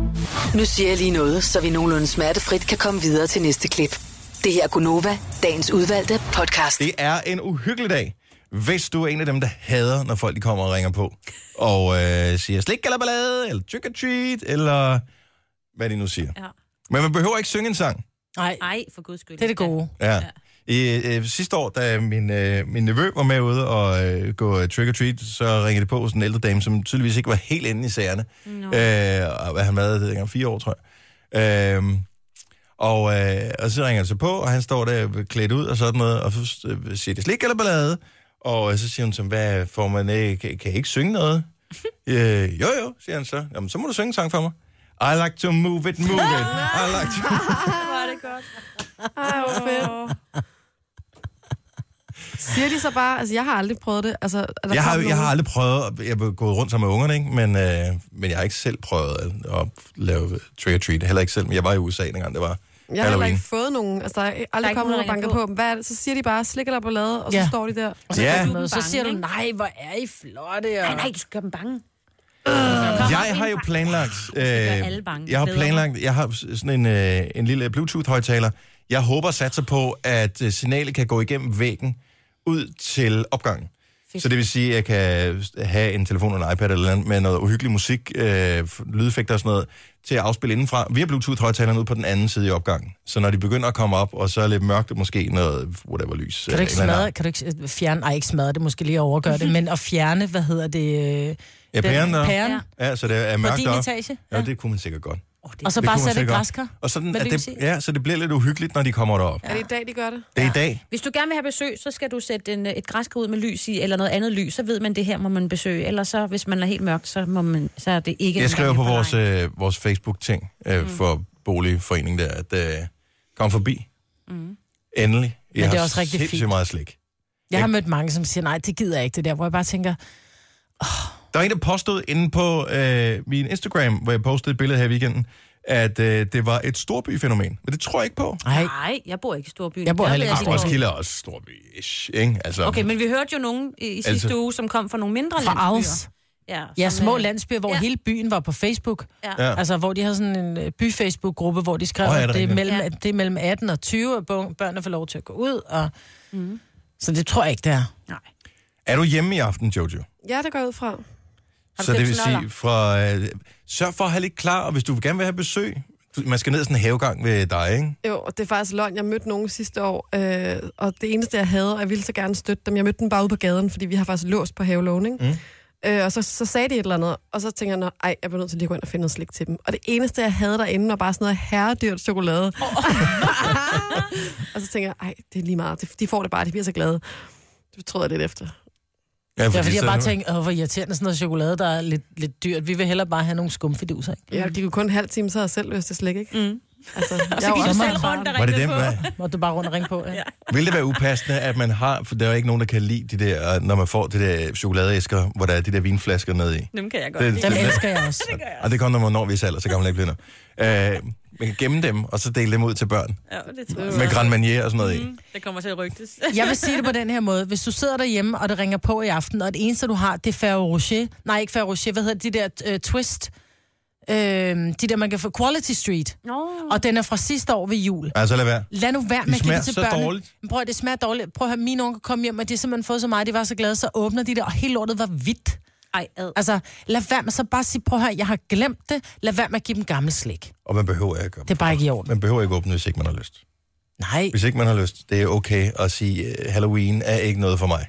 Speaker 6: Nu siger jeg lige noget, så vi nogenlunde smertefrit kan komme videre til næste klip. Det her er Gunova, dagens udvalgte podcast.
Speaker 1: Det er en uhyggelig dag, hvis du er en af dem, der hader, når folk de kommer og ringer på. Og øh, siger slik eller ballade, eller trick or treat, eller hvad de nu siger.
Speaker 3: Ja.
Speaker 1: Men man behøver ikke synge en sang.
Speaker 2: Nej,
Speaker 3: Ej, for guds skyld.
Speaker 2: det er det gode.
Speaker 1: Ja. I, øh, sidste år, da min, øh, min nevø var med ude og øh, gå øh, trick-or-treat, så ringede det på hos en ældre dame, som tydeligvis ikke var helt inde i sagerne. No. Øh, og hvad han været, det dengang, fire år, tror jeg. Øh, og, øh, og så ringer det så på, og han står der klædt ud og sådan noget, og så øh, siger det slik eller ballade. Og øh, så siger hun til ham, hvad får man, øh, kan, kan I ikke synge noget? øh, jo jo, siger han så. Jamen, så må du synge en sang for mig. I like to move it, move it. I like to...
Speaker 3: var det godt.
Speaker 4: Ej, hvor fedt. Siger de så bare, altså jeg har aldrig prøvet det. Altså, er der
Speaker 1: Jeg har,
Speaker 4: kommet
Speaker 1: jeg har
Speaker 4: nogen-
Speaker 1: aldrig prøvet, jeg har gået rundt sammen med ungerne, ikke? Men, øh, men jeg har ikke selv prøvet at- at lave trick-or-treat. Heller ikke selv, men jeg var i USA dengang, det var
Speaker 4: jeg har heller
Speaker 1: Halloween.
Speaker 4: ikke fået nogen. Altså, der er aldrig
Speaker 3: Der er ikke
Speaker 4: kommet nogen,
Speaker 3: nogen,
Speaker 4: der
Speaker 3: der
Speaker 4: banker
Speaker 3: ringer
Speaker 4: på. dem. Hvad er det? Så siger de bare, slik eller ballade, og så
Speaker 2: Ja.
Speaker 4: står de der.
Speaker 2: Og så,
Speaker 1: Ja.
Speaker 2: gør
Speaker 1: Du
Speaker 2: du
Speaker 1: er
Speaker 2: noget, så
Speaker 3: bange,
Speaker 2: siger du,
Speaker 3: ikke?
Speaker 2: nej, hvor er I flotte.
Speaker 3: Nej,
Speaker 2: Og...
Speaker 3: nej, du skal gøre dem bange.
Speaker 1: Jeg har jo planlagt... Øh,
Speaker 3: alle bange.
Speaker 1: jeg har
Speaker 3: Bedre.
Speaker 1: planlagt... Jeg har sådan en, øh, en lille Bluetooth-højtaler. Jeg håber og satser på, at øh, signalet kan gå igennem væggen ud til opgangen. Så det vil sige, at jeg kan have en telefon eller en iPad eller noget med noget uhyggelig musik, øh, f- lydeffekter og sådan noget, til at afspille indenfra via Bluetooth-højtaleren ud på den anden side i opgangen. Så når de begynder at komme op, og så er lidt mørkt, og måske noget whatever lys.
Speaker 2: Kan du ikke smadre, kan du ikke øh, fjerne, nej ikke smadre, det er måske lige at overgøre det, men at fjerne, hvad hedder det, øh,
Speaker 1: Ja, pæren der.
Speaker 2: pæren
Speaker 3: Ja.
Speaker 1: Ja, så det er
Speaker 2: på
Speaker 1: mørkt
Speaker 2: din
Speaker 1: op.
Speaker 2: etage,
Speaker 1: Ja, det kunne man sikkert godt.
Speaker 2: og så
Speaker 1: Det
Speaker 2: bare
Speaker 1: kunne man
Speaker 2: sætte et
Speaker 1: sikkert.
Speaker 2: græskar.
Speaker 1: Og sådan,
Speaker 2: med
Speaker 1: at
Speaker 2: lys
Speaker 1: det,
Speaker 2: i.
Speaker 1: ja, så det bliver lidt uhyggeligt, når de kommer derop. Ja.
Speaker 4: Er det i dag, de gør det?
Speaker 1: Det er i dag.
Speaker 3: Hvis du gerne vil have besøg, så skal du sætte en, øh, et græskar ud med lys i, eller noget andet lys, så ved man, det her må man besøge. Eller så, hvis man er helt mørk, så, må man, så er det ikke...
Speaker 1: Jeg skriver på vores,
Speaker 3: Øh...
Speaker 1: øh, vores Facebook-ting øh, for boligforeningen der, at øh, kom forbi. Mm. Endelig. Jeg
Speaker 2: det er
Speaker 1: har
Speaker 2: også rigtig
Speaker 1: sindssygt
Speaker 2: fint.
Speaker 1: meget slik.
Speaker 2: Jeg har mødt mange, som siger, nej, det gider jeg ikke, det der, hvor jeg bare tænker,
Speaker 1: Der var en, der påstod inde på øh, min Instagram, hvor jeg postede et billede her i weekenden, at øh, det var et storbyfænomen. Men det tror jeg ikke på.
Speaker 2: nej,
Speaker 3: Nej, jeg bor ikke i Storbyen.
Speaker 2: Jeg bor
Speaker 3: Der
Speaker 2: heller ikke
Speaker 3: ved
Speaker 2: i
Speaker 1: Ah,
Speaker 3: det går.
Speaker 1: Roskilde er også storby-ish, ikke? Altså,
Speaker 3: Okay, men vi hørte jo nogen i, i sidste
Speaker 1: Altså-
Speaker 3: uge, som kom fra nogle mindre
Speaker 2: fra
Speaker 3: landsbyer.
Speaker 2: Als.
Speaker 3: Ja,
Speaker 2: Ja,
Speaker 3: som,
Speaker 2: små
Speaker 3: øh,
Speaker 2: landsbyer, hvor
Speaker 3: ja.
Speaker 2: hele byen var på Facebook.
Speaker 3: Ja.
Speaker 1: Ja.
Speaker 2: Altså, hvor de havde sådan en øh, by-Facebook-gruppe, hvor de skrev,
Speaker 1: Åh, ja, det er
Speaker 2: at det er,
Speaker 1: rigtigt.
Speaker 2: mellem,
Speaker 3: Ja.
Speaker 2: at det er mellem 18 og 20, at bo- børnene får lov til at gå ud. Og...
Speaker 3: Mm.
Speaker 2: Så det tror jeg ikke, det er.
Speaker 3: Nej.
Speaker 1: Er du hjemme i aften, Jojo?
Speaker 4: Ja, det går jeg ud fra.
Speaker 3: Har du
Speaker 1: Så det
Speaker 3: købt
Speaker 1: vil
Speaker 3: snoller?
Speaker 1: sige, fra, øh, sørg for at have lidt klar, og hvis du gerne vil have besøg, du- man skal ned ad sådan en havegang ved dig, ikke?
Speaker 4: Jo, og det er faktisk løgn. Jeg mødte nogen sidste år, øh, og det eneste, jeg havde, og jeg ville så gerne støtte dem, jeg mødte dem bare ude på gaden, fordi vi har faktisk låst på havelån, ikke? Mm. Øh, og så, så sagde de et eller andet, og så tænker jeg, "Nå, ej, jeg bliver nødt til lige at gå ind og finde noget slik til dem. Og det eneste, jeg havde derinde, var bare sådan noget herredyrt chokolade. Oh. og så tænker jeg, ej, det er lige meget. De, de får det bare, de bliver så glade. Det fortryder jeg lidt efter.
Speaker 1: Ja,
Speaker 2: Ja, fordi jeg
Speaker 1: så-
Speaker 2: bare tænkte, åh, hvor irriterende sådan noget chokolade, der er lidt, lidt dyrt. Vi vil hellere bare have nogle skumfiduser, ikke?
Speaker 3: Mm.
Speaker 4: Ja, de kunne kun en halv time, så havde jeg selv lyst til slik, ikke? Mm. Altså, jeg er jo
Speaker 3: Gik du
Speaker 4: også
Speaker 2: meget
Speaker 3: selv
Speaker 2: barn.
Speaker 3: rundt og
Speaker 1: Var det
Speaker 3: ringte
Speaker 1: dem,
Speaker 3: på?
Speaker 1: hvad?
Speaker 2: Må du bare rundt og ringe på, ja. ja.
Speaker 1: Vil det være upassende, at man har, for der er jo ikke nogen, der kan lide de der, øh, når man får de der chokoladeæsker, hvor der er de der vinflasker nede i.
Speaker 3: Dem kan jeg godt.
Speaker 1: Det-
Speaker 3: lide.
Speaker 2: Dem
Speaker 1: det-
Speaker 2: elsker jeg også.
Speaker 1: Og det kommer, når man når vi alder, så gammel jeg ikke bliver nu. Øh, man kan gemme dem, og så dele dem ud til børn.
Speaker 3: Ja, det tror jeg. Mm,
Speaker 1: Med Grand Marnier og sådan noget i.
Speaker 3: Det kommer til at rygtes.
Speaker 2: Jeg vil sige det på den her måde. Hvis du sidder derhjemme, og det ringer på i aften, og det eneste, du har, det er Ferrero Rocher. Nej, ikke Ferrero Rocher. Hvad hedder de der øh, twist? Øh, de der, man kan få Quality Street.
Speaker 3: Nå.
Speaker 2: Og den er fra sidste år ved jul.
Speaker 1: Altså lad være.
Speaker 2: Lad nu være
Speaker 1: De
Speaker 2: med at give
Speaker 1: smager
Speaker 2: det til
Speaker 1: så
Speaker 2: børnene.
Speaker 1: dårligt.
Speaker 2: Men Prøv at, det smager dårligt. Prøv at høre, mine unge kom hjem, og de har simpelthen fået så meget, de var så glade, så åbner de det, og hele lortet var hvidt.
Speaker 3: Ej, ad.
Speaker 2: Altså, lad være med så bare sige, prøv at høre, jeg har glemt det. Lad være med at give dem gammel slik.
Speaker 1: Og man behøver ikke,
Speaker 2: Det er bare ikke i orden.
Speaker 1: man behøver ikke åbne, hvis ikke man har lyst.
Speaker 2: Nej,
Speaker 1: Hvis ikke man har lyst, det er okay at sige, øh, Halloween er ikke noget for mig.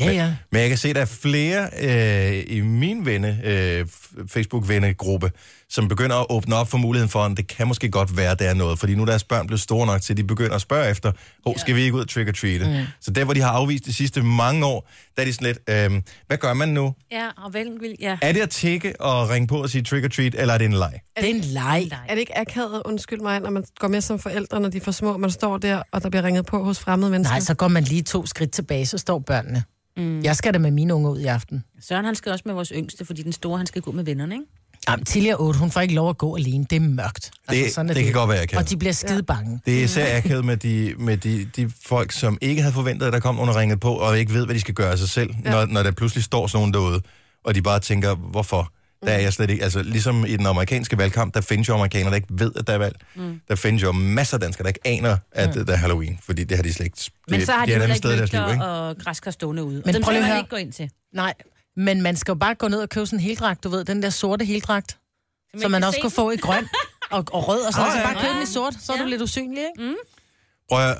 Speaker 2: ja, ja.
Speaker 1: Men jeg kan se, at der er flere øh, i min venne, øh, f- Facebook-vennegruppe, som begynder at åbne op for muligheden for, at det kan måske godt være, det er noget. Fordi nu er deres børn blevet store nok til, at de begynder at spørge efter, hov, skal vi ikke ud og trick-or-treate? Mm. Så der, hvor de har afvist de sidste mange år, der er de sådan lidt, øh, hvad gør man nu?
Speaker 3: Ja, og vel vil... Ja.
Speaker 1: Er det at tække og ringe på og sige trick-or-treat, eller er det en leg?
Speaker 2: Det er en leg.
Speaker 4: Er det ikke akavet, undskyld mig, når man går med som forældre, når de er for små, og man står der, og der bliver ringet på hos fremmede mennesker?
Speaker 2: Nej, så går man lige to skridt tilbage, så står børnene. Mm. Jeg skal da med mine unge ud i aften.
Speaker 3: Søren, han skal også med vores yngste, fordi den store, han skal gå med vennerne, ikke?
Speaker 2: Jamen, tidligere 8, hun får ikke lov at gå alene. Det er mørkt. Altså,
Speaker 1: Det- det kan godt være, jeg kan.
Speaker 2: Og de bliver skide bange.
Speaker 1: Det er især akavet med, de, med de, de folk, som ikke havde forventet, at der kom nogen og ringede på, og ikke ved, hvad de skal gøre af sig selv, ja. når, når der pludselig står sådan nogen derude, og de bare tænker, hvorfor? Der
Speaker 3: Mm.
Speaker 1: er jeg slet ikke, altså ligesom i den amerikanske valgkamp, der findes jo amerikanere, der ikke ved, at der er valg. Mm. Der findes jo masser af danskere, der ikke aner, at mm. der er Halloween, fordi det har de slet ikke...
Speaker 3: Men
Speaker 1: det-
Speaker 3: så har de
Speaker 1: er et
Speaker 3: heller
Speaker 1: andet
Speaker 3: ikke
Speaker 1: sted i deres liv,
Speaker 3: lygter
Speaker 1: ikke?
Speaker 3: og græskar stående ud. Men
Speaker 2: Men
Speaker 3: dem
Speaker 2: prøv
Speaker 3: skal
Speaker 2: lige at
Speaker 3: man
Speaker 2: høre.
Speaker 3: ikke gå ind til.
Speaker 2: Nej, men man skal jo bare gå ned og købe sådan en heldragt, du ved, den der sorte heldragt,
Speaker 3: man
Speaker 2: som man
Speaker 3: kan
Speaker 2: også
Speaker 3: se
Speaker 2: kunne
Speaker 3: den.
Speaker 2: få i grøn og, og rød og sådan
Speaker 1: Ah,
Speaker 2: noget. Så
Speaker 1: ja.
Speaker 2: bare køb den i sort, så er du lidt usynlig, ikke?
Speaker 3: Mm.
Speaker 1: Prøv at, høre,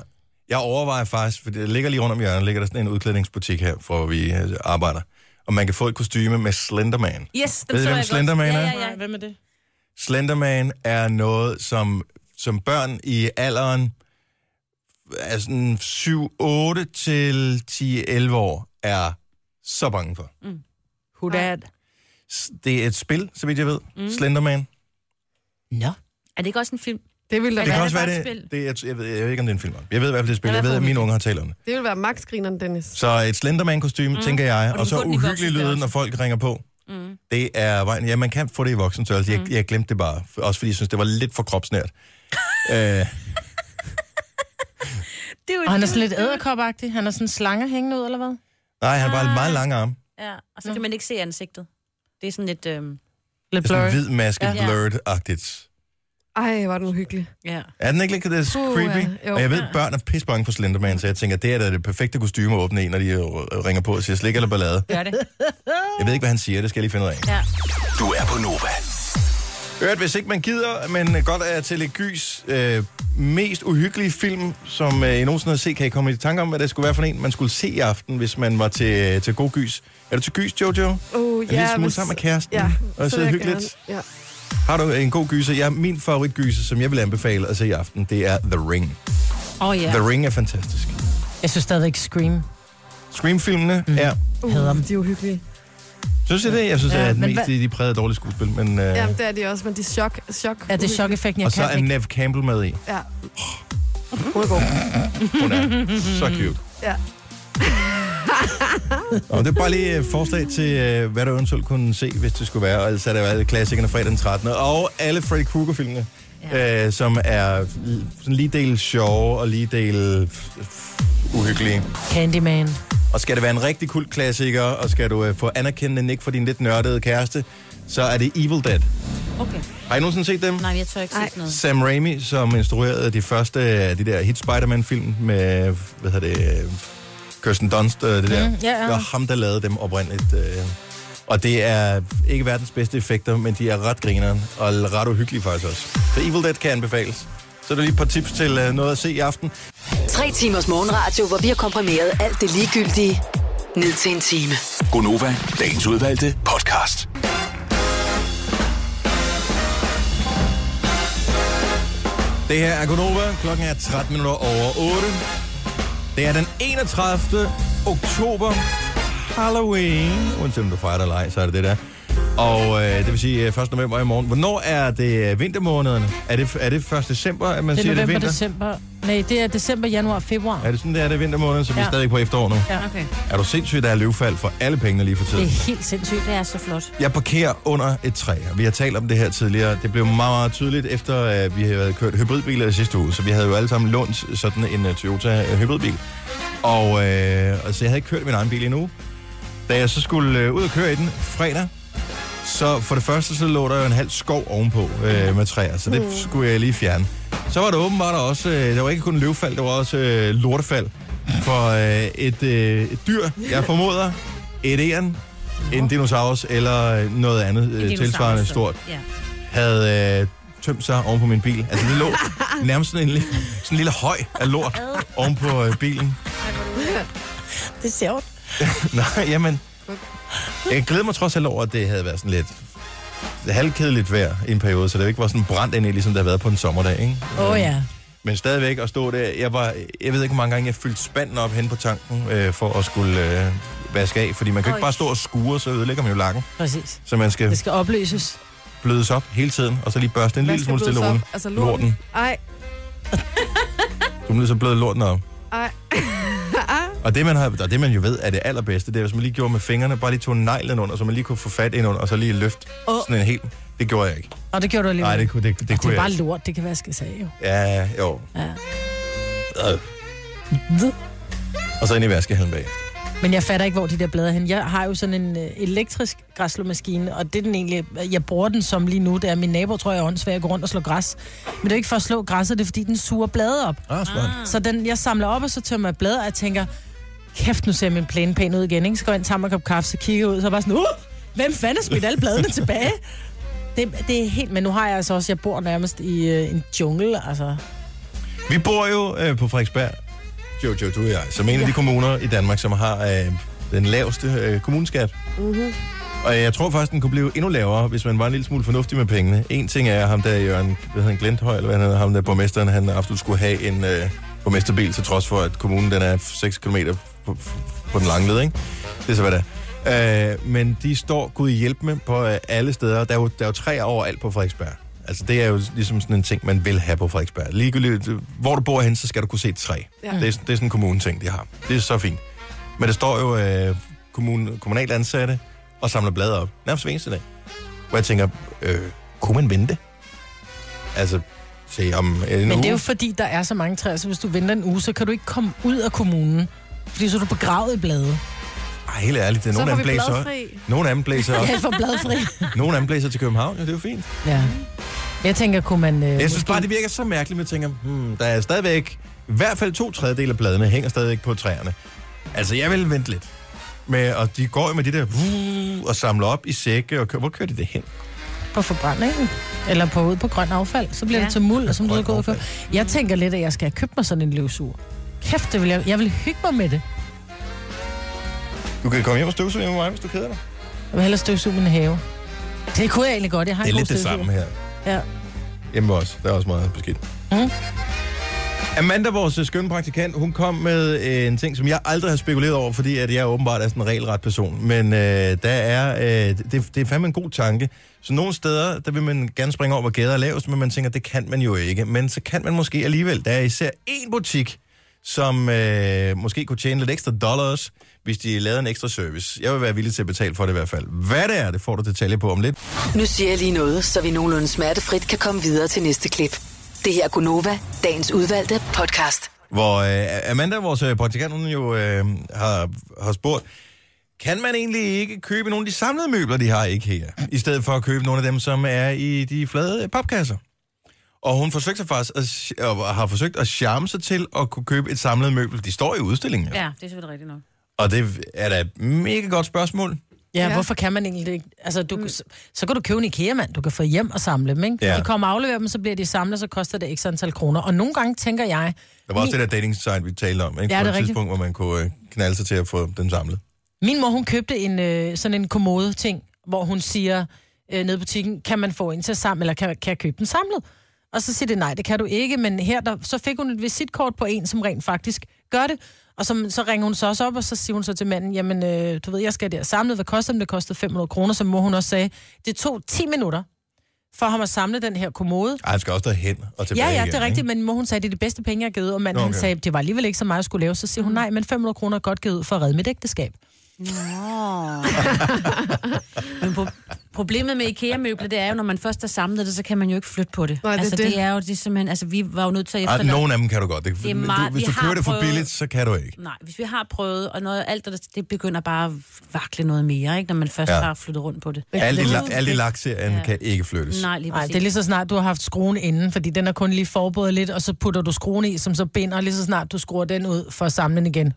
Speaker 1: jeg overvejer faktisk, for det ligger lige rundt om hjørnet, ligger der sådan en udklædningsbutik her, hvor vi øh, arbejder, og man kan få et kostyme med Slenderman.
Speaker 3: Yes, dem
Speaker 1: Ved I,
Speaker 3: så
Speaker 1: hvem
Speaker 3: jeg
Speaker 1: Slenderman
Speaker 3: godt.
Speaker 1: er?
Speaker 3: Ja, ja, ja.
Speaker 2: Hvem er det?
Speaker 1: Slenderman er noget, som, som børn i alderen altså sådan 7, 8 til 10, 11 år er så bange for.
Speaker 2: Who that?
Speaker 1: S- Det er et spil, så vidt jeg ved. Mm. Slenderman.
Speaker 2: Nå.
Speaker 3: Er det ikke også en film?
Speaker 4: Det ville, da
Speaker 1: Det
Speaker 4: være,
Speaker 1: kan
Speaker 3: er
Speaker 1: også
Speaker 3: det
Speaker 1: være,
Speaker 3: bare et
Speaker 1: det, det jeg, jeg, ved, jeg ved ikke, om det er en film. Jeg ved i hvert fald, det er et spil.
Speaker 3: Det er
Speaker 1: Jeg ved,
Speaker 3: i hvert
Speaker 1: at
Speaker 3: fald
Speaker 1: mine unger har talt om det.
Speaker 4: det ville være max-grineren, Dennis.
Speaker 1: Så et Slenderman-kostume, mm. tænker jeg, og,
Speaker 3: du
Speaker 1: og så
Speaker 3: kan få den i
Speaker 1: uhyggelig
Speaker 3: voksenstørrelse.
Speaker 1: lyden, når folk ringer på. Mm. Det er vejen. Ja, man kan få det i voksenstørrelse. Mm. Jeg, jeg glemte det bare. F- Også fordi jeg synes, det var lidt for kropsnært. øh,
Speaker 3: Det er jo
Speaker 2: Og han er sådan lidt æderkopagtig. Han er sådan en slange hængende ud, eller hvad?
Speaker 1: nej, han har
Speaker 3: Ah.
Speaker 1: bare meget lange arme.
Speaker 3: Ja, og så kan man ikke se ansigtet. Det er sådan lidt... Øhm,
Speaker 2: Lidt
Speaker 1: Det er sådan en
Speaker 2: blurry.
Speaker 1: hvid maske,
Speaker 3: Ja.
Speaker 1: blurred-agtigt.
Speaker 4: Ej, var den uhyggelig.
Speaker 3: ja.
Speaker 1: Er den ikke lidt det
Speaker 4: Puh,
Speaker 1: creepy?
Speaker 4: ja. Jo.
Speaker 1: og jeg ved, børn er pissebange for Slenderman, så jeg tænker, det er da det perfekte kostume at åbne en, når de øh, ringer på og siger slik eller ballade.
Speaker 3: Gør det.
Speaker 1: Jeg ved ikke, hvad han siger, det skal jeg lige finde ud af.
Speaker 3: Ja.
Speaker 5: Du er på Nova.
Speaker 1: Hørt, hvis ikke man gider, men godt er til et gys øh, mest uhyggelige film, som øh, I nogensinde har set. Kan I komme i tanke om, hvad det skulle være for en, man skulle se i aften, hvis man var til, øh, til god gys? Er du til gys, Jojo?
Speaker 4: Oh,
Speaker 1: lille smule sammen med kæresten, og sidde hyggeligt.
Speaker 4: Ja.
Speaker 1: Har du en god gyser? Ja, min favoritgyser, som jeg vil anbefale at se i aften, det er The Ring.
Speaker 3: Åh oh, ja.
Speaker 1: Ja. The Ring er fantastisk.
Speaker 2: Jeg synes stadigvæk, Scream
Speaker 1: Scream-filmene mm. er...
Speaker 2: hader dem.
Speaker 4: Uh, De er uhyggelige.
Speaker 1: Synes jeg det? Jeg synes, ja, at
Speaker 2: men
Speaker 1: mest
Speaker 2: hvad-
Speaker 1: de, de præget dårlige skuespil, men... Øh,
Speaker 4: Jamen, det er de også, men de er chok. chok
Speaker 2: Ja, det er chokeffekten, jeg
Speaker 1: og så
Speaker 2: kan
Speaker 1: er
Speaker 2: ikke.
Speaker 1: Nev Campbell med i.
Speaker 4: Ja. Hun er god.
Speaker 1: Hun er så cute.
Speaker 4: Ja.
Speaker 1: Og det er bare lige et forslag til, øh, hvad du eventuelt kunne se, hvis det skulle være. Og ellers er der jo alle klassikerne fredag den 13. Og alle Freddy Krueger-filmene, ja. øh, som er l- sådan lige del sjove og lige del f- f- uhyggelige.
Speaker 2: Candyman.
Speaker 1: Og skal det være en rigtig kult klassiker, og skal du øh, få anerkendende nik for din lidt nørdede kæreste, så er det Evil Dead.
Speaker 3: Okay.
Speaker 1: Har I nogensinde set dem?
Speaker 3: Nej, jeg tør ikke se sådan noget.
Speaker 1: Sam Raimi, som instruerede de første af de der hit Spider-Man-film med, hvad hedder det, øh, Kirsten Dunst, øh, det der.
Speaker 2: Mm, ja, ja.
Speaker 1: Det var ham, der lavede dem oprindeligt. øh. Og det er ikke verdens bedste effekter, men de er ret grineren og ret uhyggelige faktisk også. Så Evil Dead kan anbefales. Så er der lige et par tips til øh, noget at se i aften.
Speaker 6: Tre timers morgenradio, hvor vi har komprimeret alt det ligegyldige ned til en time.
Speaker 5: Gonova, dagens udvalgte podcast.
Speaker 1: Det her er Gunova. Klokken er 13 minutter over 8. Det er den 31. oktober. Halloween. Uanset om du fejrer det eller ej, så er det det der. Og øh, det vil sige øh, 1. november i morgen. Hvornår er det øh, vintermånederne? Er det, er det 1. december, at man
Speaker 2: Det er
Speaker 1: siger,
Speaker 2: november,
Speaker 1: det er vinter?
Speaker 2: december. Nej, det er december, januar, februar.
Speaker 1: Er det sådan, det er det er vintermåneden, så vi er
Speaker 2: Ja.
Speaker 1: stadig på efterår nu?
Speaker 2: Ja.
Speaker 3: Okay.
Speaker 1: Er du sindssygt, der er løvfald for alle pengene lige for
Speaker 2: Det
Speaker 1: tiden?
Speaker 2: er helt sindssygt.
Speaker 3: Det er så flot.
Speaker 1: Jeg parkerer under et træ, og vi har talt om det her tidligere. Det blev meget, meget tydeligt efter, at vi havde kørt hybridbiler i sidste uge, så vi havde jo alle sammen lånt sådan en øh, Toyota øh, hybridbil. Og, øh, og så jeg havde ikke kørt min egen bil endnu. Da jeg så skulle øh, ud og køre i den fredag, så for det første så lå der jo en halv skov ovenpå øh, med træer, så det skulle jeg lige fjerne. Så var der åbenbart også, øh, der var ikke kun løvfald, der var også øh, lortefald for øh, et, øh, et dyr, jeg formoder, et æren, en dinosaurus eller øh, noget andet øh, tilsvarende stort,
Speaker 3: Ja.
Speaker 1: havde øh, tømt sig oven på min bil. Altså det lå nærmest sådan en, li- sådan en lille høj af lort oven på øh, bilen.
Speaker 2: Det er sjovt.
Speaker 1: Nej, jamen. Jeg glæder mig trods alt over, at det havde været sådan lidt halvkedeligt vejr i en periode, så det ikke var sådan brændt ind i, ligesom det har været på en sommerdag, ikke?
Speaker 2: Åh oh, ja.
Speaker 1: Men stadigvæk at stå der, jeg var, jeg ved ikke, hvor mange gange jeg fyldte spanden op hen på tanken, øh, for at skulle øh, vaske af, fordi man kan jo ikke
Speaker 3: Oj.
Speaker 1: bare stå og skure, så ødelægger man jo lakken,
Speaker 2: Præcis.
Speaker 1: så man
Speaker 2: Det
Speaker 1: skal
Speaker 2: skal opløses.
Speaker 1: blødes op hele tiden, og så lige børste en
Speaker 4: Hvad
Speaker 1: lille smule
Speaker 4: skal
Speaker 1: stille og
Speaker 4: blødes
Speaker 1: roligt.
Speaker 4: op? Altså lorten?
Speaker 1: Lorten. ligesom
Speaker 4: Ej,
Speaker 1: Du bliver så bløde lorten op.
Speaker 4: ej.
Speaker 1: Og det, man har, og det, man jo ved, er det allerbedste, det er, hvis man lige gjorde med fingrene, bare lige tog neglen under, så man lige kunne få fat ind under, og så lige løft oh. sådan en hel. Det gjorde jeg ikke.
Speaker 2: Og det gjorde du alligevel.
Speaker 1: Nej, det, kunne- det, det, det
Speaker 2: det,
Speaker 1: kunne
Speaker 2: det
Speaker 1: jeg
Speaker 2: er bare
Speaker 1: ikke.
Speaker 2: lort, det kan vaskes af jo.
Speaker 1: Ja, jo.
Speaker 2: Ja.
Speaker 1: Øh. Og så ind i vaskehallen bag.
Speaker 2: Men jeg fatter ikke, hvor de der blade er hen. Jeg har jo sådan en øh, elektrisk græsslåmaskine, og det er den egentlig, øh, jeg bruger den som lige nu. Det er min nabo, tror jeg, er åndssvær, jeg går rundt og slår græs. Men det er jo ikke for at slå græsset, det er fordi, den suger blade op.
Speaker 1: Ah, smart.
Speaker 2: Så den, jeg samler op, og så tømmer jeg blade, og jeg tænker, kæft, nu ser min plæne pæn ud igen, ikke? Så går jeg ind, tager mig en kop kaffe, så kigger jeg ud, så er jeg bare sådan, uh, hvem fanden har smidt alle bladene tilbage? Det, det er helt, men nu har jeg altså også, jeg bor nærmest i øh, en jungle, altså.
Speaker 1: Vi bor jo øh, på Frederiksberg, Jojo, du og jeg, som en af de kommuner i Danmark, som har øh, den laveste øh, kommuneskat. Uh-huh. Og jeg tror faktisk, den kunne blive endnu lavere, hvis man var en lille smule fornuftig med pengene. En ting er ham der, Jørgen, hvad hedder han, Glenthøj, eller hvad han hedder, ham der borgmesteren, han absolut skulle have en øh, borgmesterbil, til trods for, at kommunen den er 6 km på, på den lange led, ikke? Det er så, hvad det er. Øh, men de står, Gud hjælp med, på øh, alle steder. Der er, jo, der er jo træer overalt på Frederiksberg. Altså, det er jo ligesom sådan en ting, man vil have på Frederiksberg. Ligegyldigt, øh, hvor du bor hen, så skal du kunne se et træ. Ja.
Speaker 4: Ja.
Speaker 1: Det, er, sådan- det er sådan en kommuneting, de har. Det er så fint. Men der står jo øh, kommun, kommunalt ansatte og samler blade op. Nærmest hver eneste dag. Hvor jeg tænker, øh, kunne man vente? Altså, se om en
Speaker 2: Men
Speaker 1: uge.
Speaker 2: det er jo fordi, der er så mange træer, så hvis du venter en uge, så kan du ikke komme ud af kommunen. Fordi så er du begravet i blade.
Speaker 1: Ej, helt ærligt, det er
Speaker 4: Så
Speaker 1: nogen
Speaker 4: får
Speaker 1: af dem
Speaker 4: vi
Speaker 1: blæser.
Speaker 4: bladfri.
Speaker 1: Nogle af dem blæser op.
Speaker 2: Ja, for bladfri.
Speaker 1: Nogle af dem blæser til København. Ja, det er jo fint.
Speaker 2: ja. Jeg tænker, kunne man... Øh,
Speaker 1: Jeg synes
Speaker 2: måske-
Speaker 1: bare, det virker så mærkeligt, at jeg tænker, hmm, der er stadigvæk, i hvert fald to tredjedel af bladene hænger stadigvæk på træerne. Altså, jeg vil vente lidt. Med, og de går jo med de der, vuh, og samler op i sække, og kører, hvor kører de det hen?
Speaker 2: på forbrændingen, eller på ud på grøn affald, så bliver ja.
Speaker 3: Ja.
Speaker 2: det til muld, og så må
Speaker 1: Grøn
Speaker 2: du gå og købe. Jeg tænker lidt, at jeg skal have købt mig sådan en løvsuger. Kæft, det vil jeg, jeg vil hygge mig med det.
Speaker 1: Du kan komme hjem og støvsuge hjemme med mig, hvis du keder dig.
Speaker 2: Jeg vil hellere støvsuge min have. Det kunne jeg egentlig godt. Jeg har
Speaker 1: Det er
Speaker 2: en god
Speaker 1: lidt det
Speaker 2: støvsuger.
Speaker 1: samme her.
Speaker 2: Ja.
Speaker 1: Hjemme også. Der er også meget beskidt.
Speaker 2: Mm.
Speaker 1: Amanda, vores øh, skønne praktikant, hun kom med øh, en ting, som jeg aldrig har spekuleret over, fordi at jeg åbenbart er sådan en regelret person. Men øh, der er, øh, det, det er fandme en god tanke. Så nogle steder, der vil man gerne springe over, hvor gader er lavest, men man tænker, det kan man jo ikke. Men så kan man måske alligevel. Der er især én butik, som øh, måske kunne tjene lidt ekstra dollars, hvis de lavede en ekstra service. Jeg vil være villig til at betale for det i hvert fald. Hvad det er, det får du detaljer på om lidt.
Speaker 6: Nu siger jeg lige noget, så vi nogenlunde smertefrit kan komme videre til næste klip. Det her er Gunova, dagens udvalgte podcast.
Speaker 1: hvor øh, Amanda, vores øh, praktikant, hun jo øh, har, har spurgt, kan man egentlig ikke købe nogle af de samlede møbler, de har i IKEA, i stedet for at købe nogle af dem, som er i de flade øh, papkasser? Og hun forsøgte sig faktisk at, sh- og har forsøgt at charme sig til at kunne købe et samlet møbel. De står i udstillingen, ja.
Speaker 3: Ja, det er selvfølgelig rigtigt nok.
Speaker 1: Og det er da et mega godt spørgsmål.
Speaker 2: Ja, ja,
Speaker 4: Ja.
Speaker 2: hvorfor kan man egentlig ikke? Altså, du, mm. så, så kan du købe en IKEA, mand. Du kan få hjem og samle dem, ikke?
Speaker 1: Ja.
Speaker 2: Ja. De kommer og afleverer dem, så bliver de samlet, så koster det x antal kroner. Og nogle gange tænker jeg...
Speaker 1: Der var også det der dating site, vi talte om, ikke?
Speaker 2: Ja,
Speaker 1: på
Speaker 2: det
Speaker 1: et
Speaker 2: er rigtigt.
Speaker 1: tidspunkt, hvor man kunne øh, knalde sig til at få dem samlet.
Speaker 2: Min mor, hun købte en, øh, sådan en kommode-ting, hvor hun siger øh, nede i butikken, kan man få en til sammen, eller kan, kan jeg købe den samlet? Og så siger det, nej, det kan du ikke, men her, der, så fik hun et visitkort på en, som rent faktisk gør det. Og så, så ringer hun så også op, og så siger hun så til manden, jamen, øh, du ved, jeg skal der samlet, hvad koster det? Det kostede 500 kroner, som mor hun også sagde. Det tog 10 minutter for ham at samle den her kommode.
Speaker 1: Ej, han skal også derhen og tilbage
Speaker 2: Ja, ja,
Speaker 1: igen,
Speaker 2: det er rigtigt,
Speaker 1: ikke?
Speaker 2: men mor hun sagde, det er de bedste penge, jeg har givet ud, og manden okay.
Speaker 1: Okay. Mm.
Speaker 2: han sagde, det var alligevel ikke så meget, jeg skulle lave. Så siger hun, nej, men 500 kroner er godt givet ud for at redde mit ægteskab.
Speaker 3: Men pro- problemet med IKEA-møbler, det er jo, når man først har samlet det, så kan man jo ikke flytte på det.
Speaker 4: Nej, det er
Speaker 3: altså,
Speaker 4: det.
Speaker 3: er jo det simpelthen... Altså, vi var jo nødt til at
Speaker 1: Ej,
Speaker 3: efterlade...
Speaker 1: nogle af dem kan du godt. Det,
Speaker 3: er meget-
Speaker 1: du, hvis
Speaker 3: vi
Speaker 1: du
Speaker 3: har
Speaker 1: kører det for
Speaker 3: prøvet-
Speaker 1: billigt, så kan du ikke.
Speaker 3: Nej, hvis vi har prøvet, og noget, alt det, det begynder bare at vakle noget mere, ikke, når man først
Speaker 1: Ja.
Speaker 3: ja. har flyttet rundt på det.
Speaker 1: Alle de,
Speaker 4: Det-
Speaker 1: la- alle de lakserien ja. kan ikke flyttes.
Speaker 3: Nej, lige
Speaker 2: Nej,
Speaker 3: præcis.
Speaker 2: det er lige så snart, du har haft skruen inden, fordi den er kun lige forberedt lidt, og så putter du skruen i, som så binder, og lige så snart du skruer den ud for at samle den igen.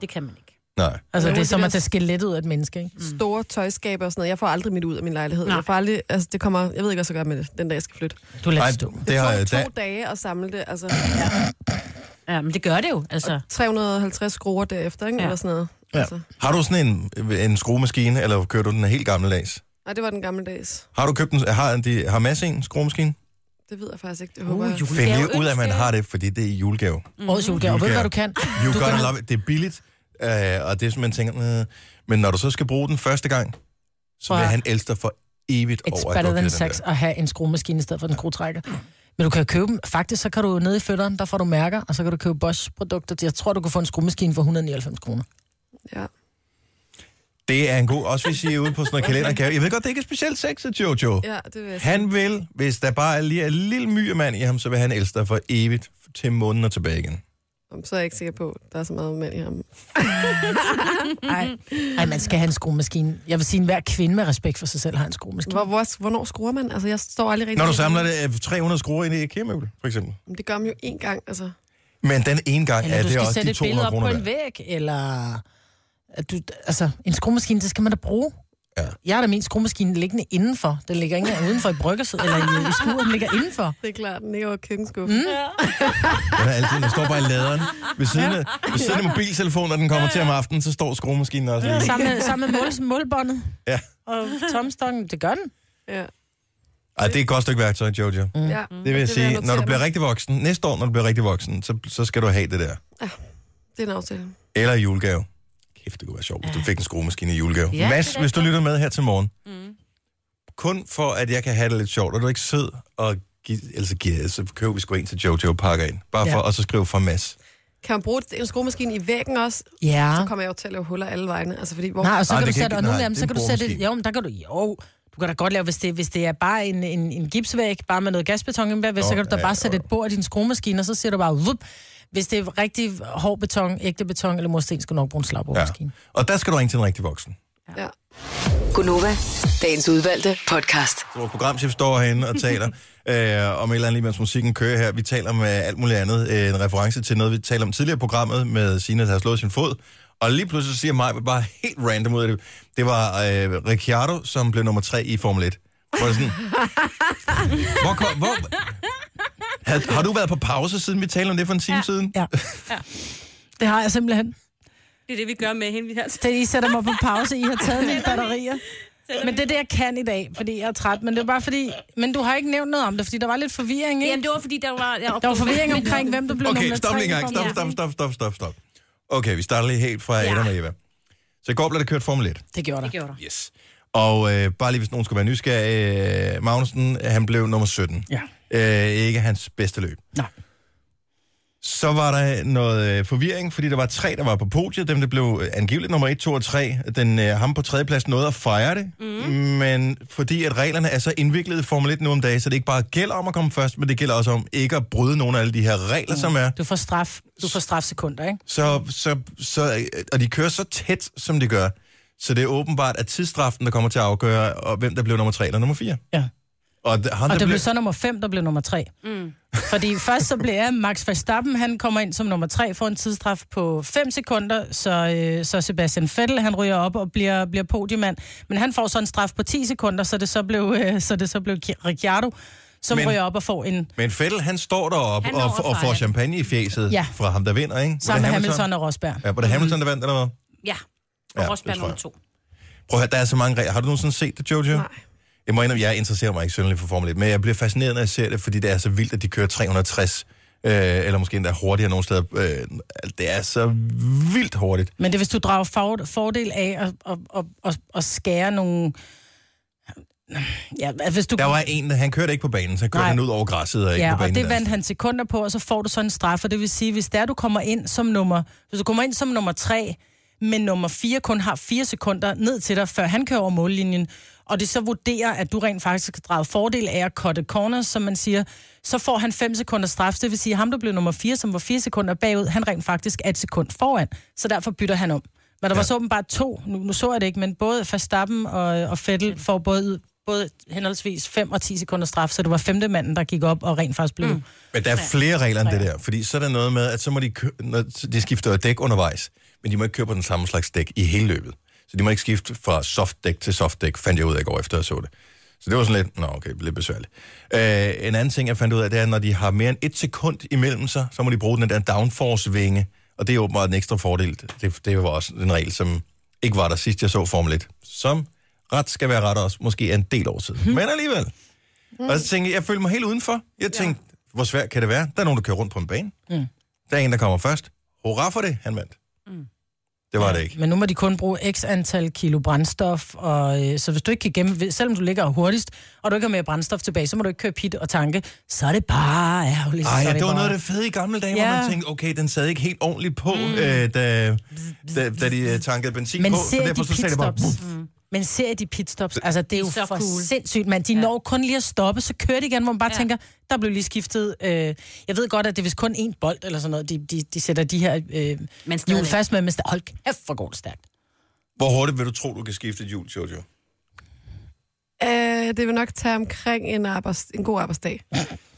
Speaker 3: det kan man ikke.
Speaker 1: Nej.
Speaker 2: Altså,
Speaker 4: Men
Speaker 2: det er
Speaker 4: det
Speaker 2: som
Speaker 4: der-
Speaker 2: at tage skelettet ud af et menneske, ikke?
Speaker 1: Mm.
Speaker 4: store tøjskaber og sådan noget. Jeg får aldrig mit ud af min lejlighed.
Speaker 3: Nej.
Speaker 4: Jeg får aldrig, altså det kommer, jeg ved ikke, hvad jeg skal gøre med det, den dag jeg skal flytte.
Speaker 2: Du lader
Speaker 1: Nej,
Speaker 2: det stå.
Speaker 1: det har
Speaker 4: to,
Speaker 1: jeg da,
Speaker 4: to dage at samle det, altså
Speaker 3: Ja, men det gør det jo, altså.
Speaker 4: 350 skruer derefter, ikke?
Speaker 3: Ja.
Speaker 4: Ja. Eller sådan noget.
Speaker 1: Ja.
Speaker 4: Altså.
Speaker 1: Har du sådan en, en skruemaskine, eller kører du den helt gammeldags?
Speaker 4: Nej, det var den gamle dags.
Speaker 1: Har du købt en, har, de, har Mads en skruemaskine?
Speaker 4: Det ved jeg faktisk ikke, det håber jeg.
Speaker 1: Find
Speaker 3: er jo
Speaker 1: lige ud af, at man
Speaker 3: ønske.
Speaker 1: har det, fordi det er julegave.
Speaker 2: Årets julegave. Ved du, hvad du kan?
Speaker 1: You
Speaker 2: Ah, Du
Speaker 1: gotta
Speaker 2: kan-
Speaker 1: love it. Det er billigt, øh, og det er sådan, man tænker, øh, men når du så skal bruge den første gang, så
Speaker 2: Prøv
Speaker 1: vil
Speaker 2: at-
Speaker 1: han elske dig for evigt
Speaker 2: It's
Speaker 1: over, at du
Speaker 2: better
Speaker 1: har
Speaker 2: than
Speaker 1: givet den
Speaker 2: sex
Speaker 1: der.
Speaker 2: at have en skruemaskine i stedet for en skruetrækker. Men du kan jo købe dem. Faktisk, så kan du nede i fødderen, der får du mærker, og så kan du købe Bosch-produkter. Jeg tror, du kan få en skruemaskine for 199 kroner.
Speaker 4: Ja.
Speaker 1: Det er en god, også hvis I er ude på sådan en kalendergave. Jeg ved godt, det ikke er specielt sexet, Jojo.
Speaker 4: ja, det vil jeg sige.
Speaker 1: Han vil, hvis der bare er lige er en lille myremand i ham, så vil han elske dig for evigt til månen og tilbage igen.
Speaker 4: Jamen, Så er jeg ikke sikker på, at der er så meget mænd i ham.
Speaker 2: Nej, Ej, man skal have en skruemaskine. Jeg vil sige, at hver kvinde med respekt for sig selv har en skruemaskine.
Speaker 4: Hvor, hvor, hvornår skruer man? Altså, jeg står aldrig rigtig...
Speaker 1: Når du samler det øh, 300 skruer ind i IKEA-møbel, for eksempel.
Speaker 4: Jamen, Det gør man jo én gang, altså.
Speaker 1: Men den ene gang
Speaker 2: Eller
Speaker 1: er
Speaker 2: du
Speaker 1: det
Speaker 2: skal
Speaker 1: også
Speaker 2: sætte
Speaker 1: de
Speaker 2: et billede
Speaker 1: 200
Speaker 2: op
Speaker 1: kroner
Speaker 2: på
Speaker 1: værd.
Speaker 2: en væg, eller... At du, altså, en skruemaskine, det skal man da bruge.
Speaker 1: Ja.
Speaker 2: Jeg har da min skruemaskine liggende indenfor. Den ligger ikke engang udenfor i bryggerset, eller i, i skuret, den ligger indenfor.
Speaker 4: Det er klart, den ligger over køkkenskuffen. Mm.
Speaker 1: Den, er altid, den står bare i laderen. Ved siden af, ved siden af mobiltelefonen, når den kommer til om aftenen, så står skruemaskinen også lige.
Speaker 2: Sammen med, sammen med mål, målbåndet
Speaker 1: Ja.
Speaker 2: og tomstokken. Det gør den.
Speaker 4: Ja.
Speaker 1: Ej, det er et godt stykke værktøj, Jojo. Mm.
Speaker 4: ja.
Speaker 1: Det vil jeg
Speaker 4: jeg
Speaker 1: sige, når du
Speaker 4: notere
Speaker 1: bliver
Speaker 4: mig.
Speaker 1: rigtig voksen, næste år, når du bliver rigtig voksen, så, så skal du have det der.
Speaker 4: Det er en aftale.
Speaker 1: Eller i julegave. Kæft, det kunne være sjovt, hvis du fik en skruemaskine i julegave. Ja,
Speaker 3: Ja,
Speaker 1: Mads,
Speaker 3: det er
Speaker 1: hvis du lytter med her til morgen, mm. kun for at jeg kan have det lidt sjovt, er du ikke sød og give, altså, give, så køber vi sgu en til Jojo og pakker ind. Bare for,
Speaker 2: Ja.
Speaker 1: og så skrive for Mads.
Speaker 4: Kan man bruge en skruemaskine i væggen også?
Speaker 2: Ja.
Speaker 4: Så kommer jeg jo til at lave huller alle vegne. Altså, fordi hvor...
Speaker 2: Nej, og så
Speaker 1: Mm. Nej,
Speaker 2: nej, kan
Speaker 1: Ah, det kan ikke-
Speaker 2: du sætte, og nogle
Speaker 1: nej,
Speaker 2: af dem,
Speaker 1: det er
Speaker 2: så
Speaker 1: en
Speaker 2: kan du sætte, et,
Speaker 1: boremaskine.
Speaker 2: jo, men der kan du, jo, du kan da godt lave, hvis det, hvis det er bare en, en, en gipsvæg, bare med noget gasbeton indbag, hvis,
Speaker 1: Nå,
Speaker 2: så kan du da
Speaker 1: ja,
Speaker 2: bare
Speaker 1: jo,
Speaker 2: sætte
Speaker 1: jo.
Speaker 2: et bord i din skruemaskine, og så siger du bare, vup, hvis det er rigtig hård beton, ægte beton eller mursten, skal du nok bruge en
Speaker 1: Ja.
Speaker 2: slagboremaskine.
Speaker 1: Og der skal du ringe til en rigtig voksen.
Speaker 4: Ja.
Speaker 6: Gunova, dagens udvalgte podcast.
Speaker 1: Så vores programchef står herinde og taler øh, om et eller andet, lige mens musikken kører her. Vi taler om øh, alt muligt andet. Øh, en reference til noget, vi talte om tidligere i programmet med Sina, der har slået sin fod. Og lige pludselig siger mig bare helt random ud af det. Det var øh, Ricciardo, som blev nummer tre i Formel 1. Hvor, det sådan, hvor, kom, hvor har, har du været på pause, siden vi talte om det for en time ja. siden?
Speaker 2: Ja. Det har jeg simpelthen.
Speaker 3: Det er det, vi gør med hende. Vi har
Speaker 2: Det, I sætter mig på pause, I har taget mine batterier. Men det er det, jeg kan i dag, fordi jeg er træt. Men det er bare fordi... Men du har ikke nævnt noget om det, fordi der var lidt forvirring, ikke?
Speaker 3: Jamen, det var, fordi der var... Jeg
Speaker 2: Der var forvirring omkring, hvem der blev
Speaker 1: Okay,
Speaker 2: nummer
Speaker 1: stop
Speaker 2: tre
Speaker 1: lige en
Speaker 2: i
Speaker 1: gang.
Speaker 2: Formel
Speaker 1: Stop,
Speaker 2: 1.
Speaker 1: stop, stop, stop, stop, stop. Okay, vi starter lige helt fra Adam og Eva. Så i går blev det kørt Formel 1.
Speaker 2: Det gjorde der.
Speaker 3: gjorde der.
Speaker 1: Yes. Og øh, bare lige hvis nogen skulle være nysgerrig, øh, Magnussen, han blev nummer 17.
Speaker 2: Ja.
Speaker 1: Øh, ikke hans bedste løb.
Speaker 2: Nej.
Speaker 1: Så var der noget øh, forvirring, fordi der var tre, der var på podiet. Dem, der blev øh, angiveligt nummer 1, 2 og 3. Den, øh, ham på tredjeplads nåede at fejre det. Mm. Men fordi at reglerne er så indviklet i Formel 1 nu om dagen, så det ikke bare gælder om at komme først, men det gælder også om ikke at bryde nogle af alle de her regler, mm. som er.
Speaker 2: Du får straf. Du får strafsekunder, ikke?
Speaker 1: Så, så, så, øh, og de kører så tæt, som de gør. Så det er åbenbart, at tidsstraften, der kommer til at afgøre, og hvem der blev nummer 3 eller nummer 4.
Speaker 2: Ja.
Speaker 1: Og, d- ham, der
Speaker 2: Og det
Speaker 1: blev...
Speaker 2: blev så nummer 5, der blev nummer 3. Mm. Fordi først så blev jeg Max Verstappen, han kommer ind som nummer 3, får en tidsstraf på 5 sekunder, så, øh, så Sebastian Vettel, han ryger op og bliver, bliver podiumand. Men han får så en straf på 10 sekunder, så det så blev, øh, så det så blev Ki- Ricciardo, som
Speaker 1: Men-
Speaker 2: Men... ryger op og får en
Speaker 1: Men Fettel, han står deroppe
Speaker 3: Han
Speaker 1: og,
Speaker 3: når
Speaker 1: og,
Speaker 3: at
Speaker 1: og får
Speaker 3: fejre.
Speaker 1: champagne i fjeset ja.
Speaker 2: Ja.
Speaker 1: fra ham, der vinder, ikke? Var det
Speaker 2: sammen med Hamilton Mhm. og Rosberg.
Speaker 1: Ja, var det Hamilton, der vandt, eller hvad?
Speaker 3: Ja, og
Speaker 1: Ja,
Speaker 3: ja,
Speaker 1: det
Speaker 3: Rosberg
Speaker 1: tror
Speaker 3: nummer
Speaker 1: jeg.
Speaker 3: to.
Speaker 1: Prøv at høre, der er så mange regler. Har du nogensinde set det, Jojo?
Speaker 4: Nej.
Speaker 1: Jeg må indrømme, jeg interesserer mig ikke synderligt for Formel 1, men jeg bliver fascineret, når jeg ser det, fordi det er så vildt, at de kører 360, øh, eller måske endda hurtigere nogle steder. Øh, det er så vildt hurtigt.
Speaker 2: Men det er, hvis du drager for, fordel af at, at, at, at, at skære nogle... Ja, altså, hvis du
Speaker 1: Der var en, han kørte ikke på banen, så kørte Nej.
Speaker 2: Nej.
Speaker 1: han ud over græsset og ikke
Speaker 2: Ja,
Speaker 1: på banen.
Speaker 2: og det
Speaker 1: der.
Speaker 2: vandt han sekunder på, og så får du så en straf, og det vil sige, hvis der du kommer ind som nummer, hvis du kommer ind som nummer tre, men nummer fire kun har fire sekunder ned til dig, før han kører over mållinjen, og det så vurderer, at du rent faktisk kan drage fordel af at cutte corners, som man siger, så får han 5 sekunder straf. Det vil sige, at ham, der blev nummer 4, som var 4 sekunder bagud, han rent faktisk er et sekund foran. Så derfor bytter han om. Men der ja. var så åbenbart to, nu, nu så jeg det ikke, men både Verstappen og, og Fettel får både, både henholdsvis 5 og 10 sekunder straf, så det var femte manden, der gik op og rent faktisk blev... Mm.
Speaker 1: Men der er flere regler end det der, fordi så er der noget med, at så må de, kø- når de skifter jo dæk undervejs, men de må ikke køre på den samme slags dæk i hele løbet. Så de må ikke skifte fra softdæk til softdæk, fandt jeg ud af i går efter, jeg så det. Så det var sådan lidt, nå okay, lidt besværligt. Øh, en anden ting, jeg fandt ud af, det er, at når de har mere end et sekund imellem sig, så må de bruge den der downforce-vinge, og det er åbenbart en ekstra fordel. Det, det var også en regel, som ikke var der sidst, jeg så Formel 1, som ret skal være ret også, måske er en del år siden. Men alligevel. Mm. Og så tænkte jeg, jeg følte mig helt udenfor. Jeg tænkte, ja. hvor svært kan det være? Der er nogen, der kører rundt på en bane. Mm. Der er en, der kommer først. Hurra for det, han vandt. Mm. Det var det ikke.
Speaker 2: Men nu må de kun bruge x antal kilo brændstof, og øh, så hvis du ikke kan gemme, selvom du ligger hurtigst, og du ikke har mere brændstof tilbage, så må du ikke køre pit og tanke, så er det bare ærgerligt.
Speaker 1: Ej,
Speaker 2: så er
Speaker 1: ja, det var
Speaker 2: bare-
Speaker 1: noget af det fede i gamle dage, ja. hvor
Speaker 2: Ja.
Speaker 1: man tænkte, okay, den sad ikke helt ordentligt på, mm. øh, da, da, da de øh, tankede benzin
Speaker 2: Men
Speaker 1: på.
Speaker 2: ser I
Speaker 1: derfor
Speaker 2: de
Speaker 1: så sagde det bare...
Speaker 2: pitstops? Mm. Men ser I de pitstops? Altså, det er jo
Speaker 3: De er så
Speaker 2: for
Speaker 3: cool.
Speaker 2: sindssygt, man. De når kun lige at stoppe, så kører de igen, hvor man bare ja. tænker, der blev lige skiftet. Øh, jeg ved godt, at det er vist kun én bold eller sådan noget, de, de, de sætter de her øh,
Speaker 3: Men stadigvæk.
Speaker 2: hjul fast med, men sta- hold kæft, hvor går det stærkt.
Speaker 1: Hvor hurtigt vil du tro, du kan skifte et hjul, Jojo?
Speaker 4: Øh, det vil nok tage omkring en, arbejds, en god arbejdsdag.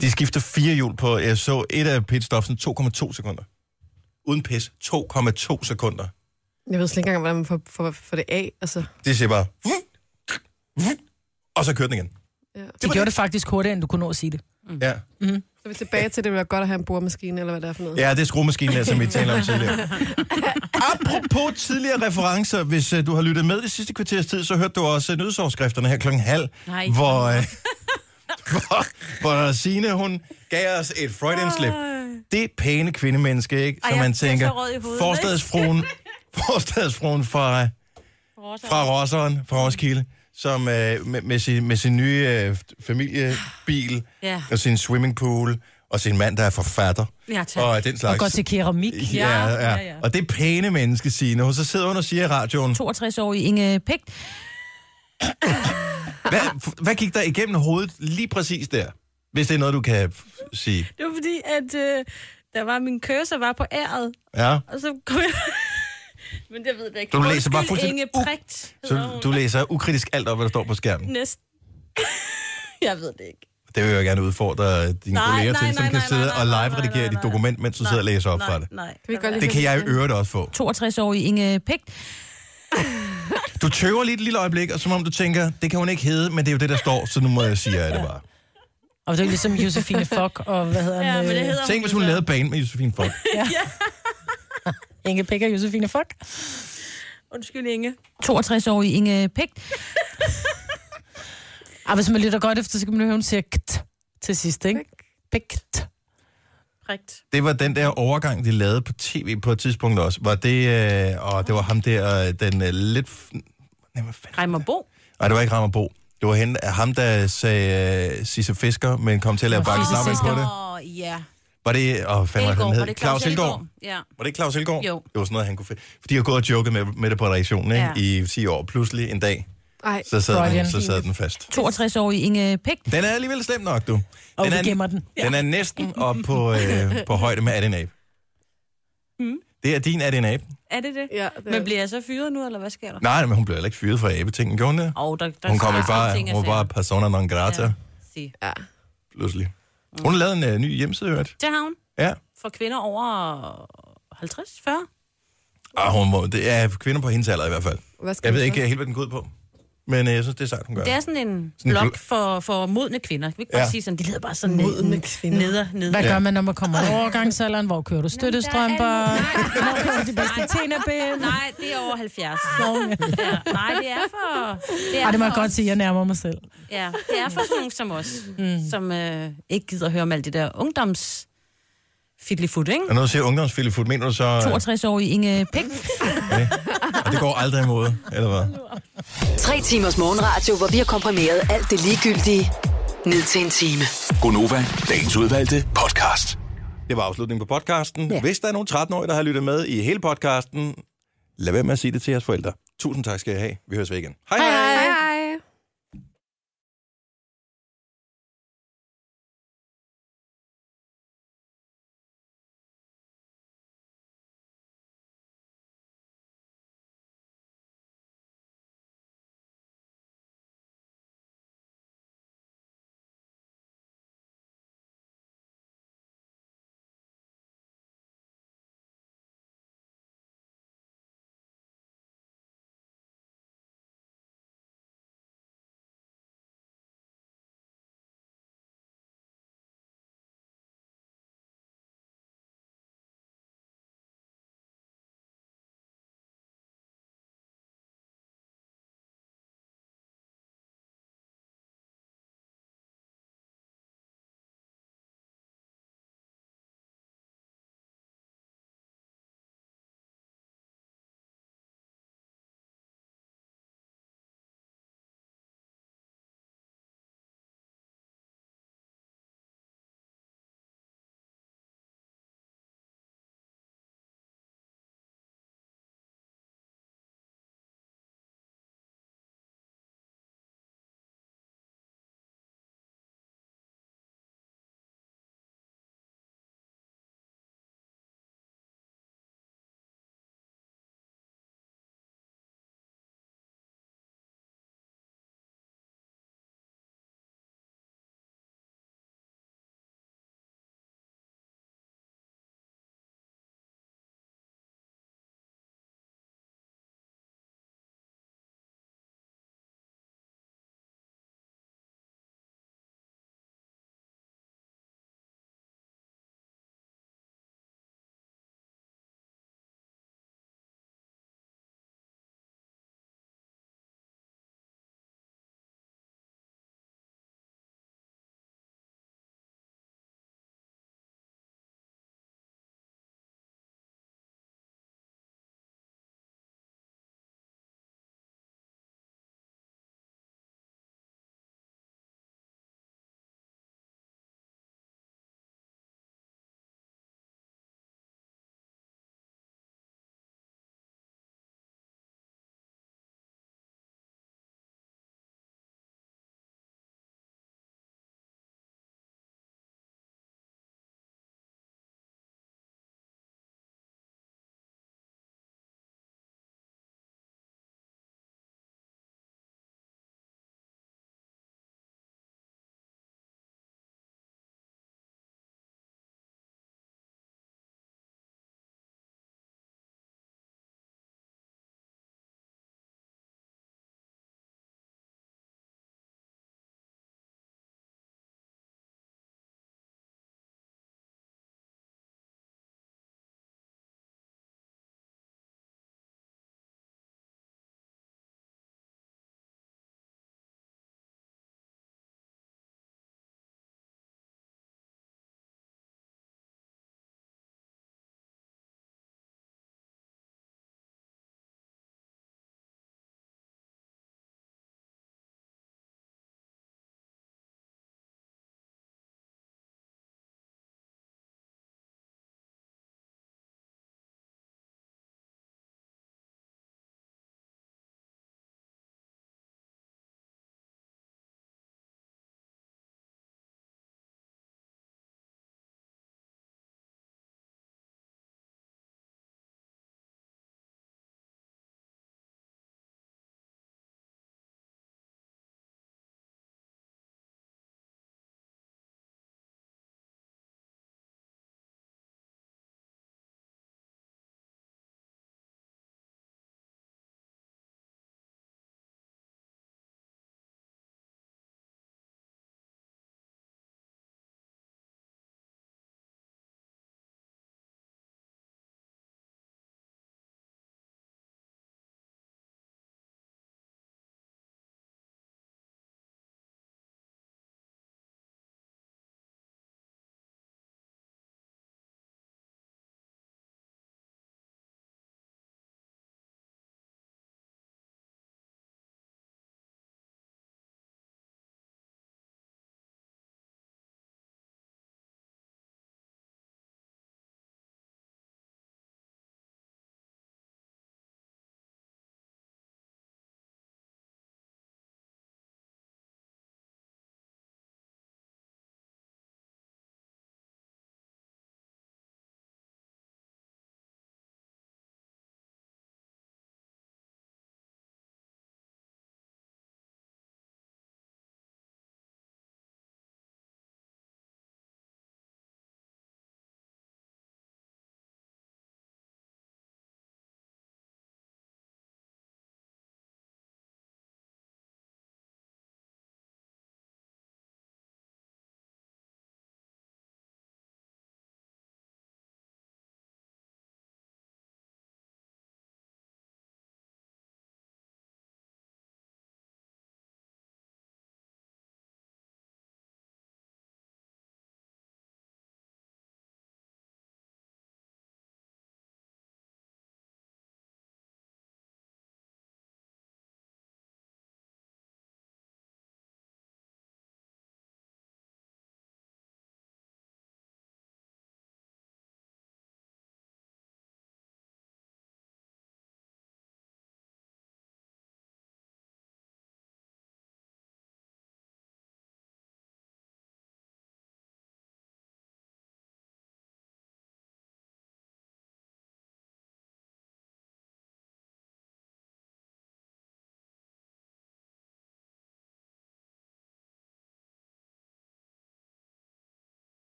Speaker 1: De skifter fire hjul på, jeg så et af pitstopsen, 2,2 sekunder. Uden pis, 2,2 sekunder.
Speaker 4: Jeg ved slet ikke engang, hvordan man får, får, får det af. Altså,
Speaker 1: Det siger bare... Og så kører den igen.
Speaker 4: ja.
Speaker 2: De gjorde det faktisk hurtigere, end du kunne nå at sige det.
Speaker 1: Ja,
Speaker 4: Så er vi tilbage til, at det ville være godt at have en boremaskine, eller hvad det er for noget.
Speaker 1: ja det er skruemaskinen, der, som vi taler om tidligere. Apropos tidligere referencer, hvis øh, du har lyttet med det sidste kvarters tid, så hørte du også øh, nyhedsårskrifterne her klokken halv,
Speaker 3: Nej.
Speaker 1: hvor, øh, hvor, hvor Signe, hun gav os et Freudian slip. Det pæne kvindemenneske, ikke?
Speaker 3: Ej,
Speaker 1: Som
Speaker 3: jeg
Speaker 1: man
Speaker 3: bliver så
Speaker 1: tænker,
Speaker 3: rød i hovedet,
Speaker 1: forstadsfruen, forstadsfruen fra... Øh, fra Rosseren, fra Roskilde, som øh, med, med, sin, med sin nye øh, familiebil
Speaker 3: Ja.
Speaker 1: og sin swimmingpool og sin mand, der er forfatter.
Speaker 3: Ja, tak.
Speaker 1: Og den slags.
Speaker 2: Og går til keramik.
Speaker 1: ja, ja,
Speaker 3: Ja,
Speaker 1: ja,
Speaker 3: ja,
Speaker 1: ja.
Speaker 3: ja.
Speaker 1: Og det pæne menneske, Signe, hun så sidder hun og siger i radioen,
Speaker 3: 62 år i Inge Pægt.
Speaker 1: hvad, f- hvad gik der igennem hovedet lige præcis der? Hvis det er noget, du kan f- sige.
Speaker 8: Det var fordi, at øh, der var min cursor var på æret,
Speaker 1: Ja.
Speaker 8: og så kom jeg... Men jeg ved det ikke.
Speaker 1: Du læser bare
Speaker 8: Undskyld,
Speaker 1: fuldstændig
Speaker 8: Inge
Speaker 1: u-
Speaker 8: Prægt, hedder
Speaker 1: Så
Speaker 8: hun.
Speaker 1: du læser ukritisk alt op, hvad der står på skærmen.
Speaker 8: Næsten. jeg ved det ikke.
Speaker 1: Det vil jeg gerne udfordre dine
Speaker 8: Nej,
Speaker 1: kolleger
Speaker 8: nej,
Speaker 1: til, som
Speaker 8: nej,
Speaker 1: kan
Speaker 8: nej,
Speaker 1: sidde
Speaker 8: nej,
Speaker 1: og
Speaker 8: nej,
Speaker 1: live-redigere
Speaker 8: nej,
Speaker 1: dit
Speaker 8: nej.
Speaker 1: dokument, mens du sidder og læser op
Speaker 8: nej,
Speaker 1: fra det.
Speaker 8: Nej,
Speaker 4: Kan vi godt lige
Speaker 1: Det kan jeg i øvrigt også få.
Speaker 3: 62 år i Inge Pægt.
Speaker 1: Du tøver lige et lille øjeblik, og som om du tænker, det kan hun ikke hedde, men det er jo det, der står, så nu må jeg sige, at det bare.
Speaker 2: Og det er jo ligesom Josefine Fock, og hvad hedder
Speaker 8: Ja,
Speaker 2: han?
Speaker 8: men det
Speaker 2: øh,
Speaker 8: hedder
Speaker 1: Tænk, hvis hun
Speaker 8: så.
Speaker 1: lavede banen med Josefine Fock.
Speaker 2: Inge Pæk og Josefine Fock.
Speaker 8: Undskyld, Inge.
Speaker 3: 62 år i Inge Pægt.
Speaker 2: Og hvis man lytter godt efter, så kan man jo høre, hun siger kt til sidst, ikke? Pækt.
Speaker 8: Prægt.
Speaker 1: Det var den der overgang, de lavede på tv på et tidspunkt også. Var det, øh, og det var ham der, øh, den øh, lidt... f- Nej, hvad fanden?
Speaker 3: Reimer Bo.
Speaker 1: Nej, det var ikke Rammerbo. Det var hende, ham, der sagde øh, Sisse Fisker, men kom til at lave bakke sammen på det.
Speaker 3: Åh, ja.
Speaker 1: Var det, og fanden var det, han
Speaker 3: Elgård. Var
Speaker 1: hed?
Speaker 3: det Claus Elgård? Ja.
Speaker 1: Var det ikke Claus Elgaard?
Speaker 3: Jo.
Speaker 1: Det var sådan noget, han kunne finde. For de har gået og joket med, med det på redaktionen ikke?
Speaker 3: Ja.
Speaker 1: i 10 år. Pludselig en dag,
Speaker 4: Ej,
Speaker 1: så sad, den,
Speaker 2: Freudian.
Speaker 1: så sad den fast.
Speaker 3: 62 år i Inge Pægt.
Speaker 1: Den er alligevel slem nok, du.
Speaker 2: Og
Speaker 1: den
Speaker 2: vi
Speaker 1: er,
Speaker 2: gemmer den.
Speaker 1: Den er næsten op på, øh, på højde med Adin Abe. Mm. Det er din Adin Abe.
Speaker 8: Er det Øh. det?
Speaker 4: ja, det,
Speaker 8: Men bliver jeg så fyret nu, eller hvad sker der?
Speaker 1: Nej, men hun blev heller ikke fyret fra abetingen, gjorde hun det?
Speaker 3: Og der, der
Speaker 1: Hun kom
Speaker 3: sker
Speaker 1: ikke bare,
Speaker 3: ting og
Speaker 1: hun var
Speaker 3: sager.
Speaker 1: bare persona non grata, ja.
Speaker 3: Ja. Mm. Sig.
Speaker 4: ja.
Speaker 1: pludselig. Hun har lavet en øh, ny hjemmeside, hørt.
Speaker 3: Det har hun.
Speaker 1: Ja.
Speaker 3: For kvinder over 50, 40.
Speaker 1: Og Ah, hun må, det er kvinder på hendes alder i hvert fald.
Speaker 4: Hvad skal
Speaker 1: Jeg
Speaker 4: man
Speaker 1: ved
Speaker 4: så?
Speaker 1: ikke øh, helt, hvad den går ud på. Men øh, jeg synes, det er sejt, hun gør.
Speaker 3: Det er
Speaker 1: Det.
Speaker 3: sådan en
Speaker 1: en
Speaker 3: blog
Speaker 1: bl-
Speaker 3: for, for modne kvinder. Kan Vi kan
Speaker 1: Ja.
Speaker 3: godt sige sådan, de hedder bare sådan
Speaker 4: Modne
Speaker 3: en-
Speaker 4: kvinder.
Speaker 3: Neder, neder.
Speaker 2: Hvad gør man, når man kommer over overgangsalderen? Hvor kører du støttestrømper? Hvor kører du de bedste tænderben?
Speaker 3: Nej, det er over 70.
Speaker 2: Nå,
Speaker 3: Ja. Nej, det er for... Det er
Speaker 2: Ej, det må jeg
Speaker 3: for
Speaker 2: godt
Speaker 3: os.
Speaker 2: sige, jeg nærmer mig selv.
Speaker 3: Ja, det er for sådan nogen som os, mm. som øh, ikke gider at høre om alt det der ungdoms... Fiddlyfoot, ikke?
Speaker 1: Og når du siger ungdomsfilifut, mener du så, øh,
Speaker 3: 62 år i Inge Pæk.
Speaker 1: at det går aldrig imod, eller hvad?
Speaker 6: Tre timers morgenradio, hvor vi har komprimeret alt det ligegyldige ned til en time.
Speaker 5: Gonova, dagens udvalgte podcast.
Speaker 1: Det var afslutningen på podcasten. Ja. Hvis der er nogen 13-årige, der har lyttet med i hele podcasten, lad være med at sige det til jeres forældre. Tusind tak skal I have. Vi høres ved igen. Hej hej! hej, hej.
Speaker 4: Hej, hej.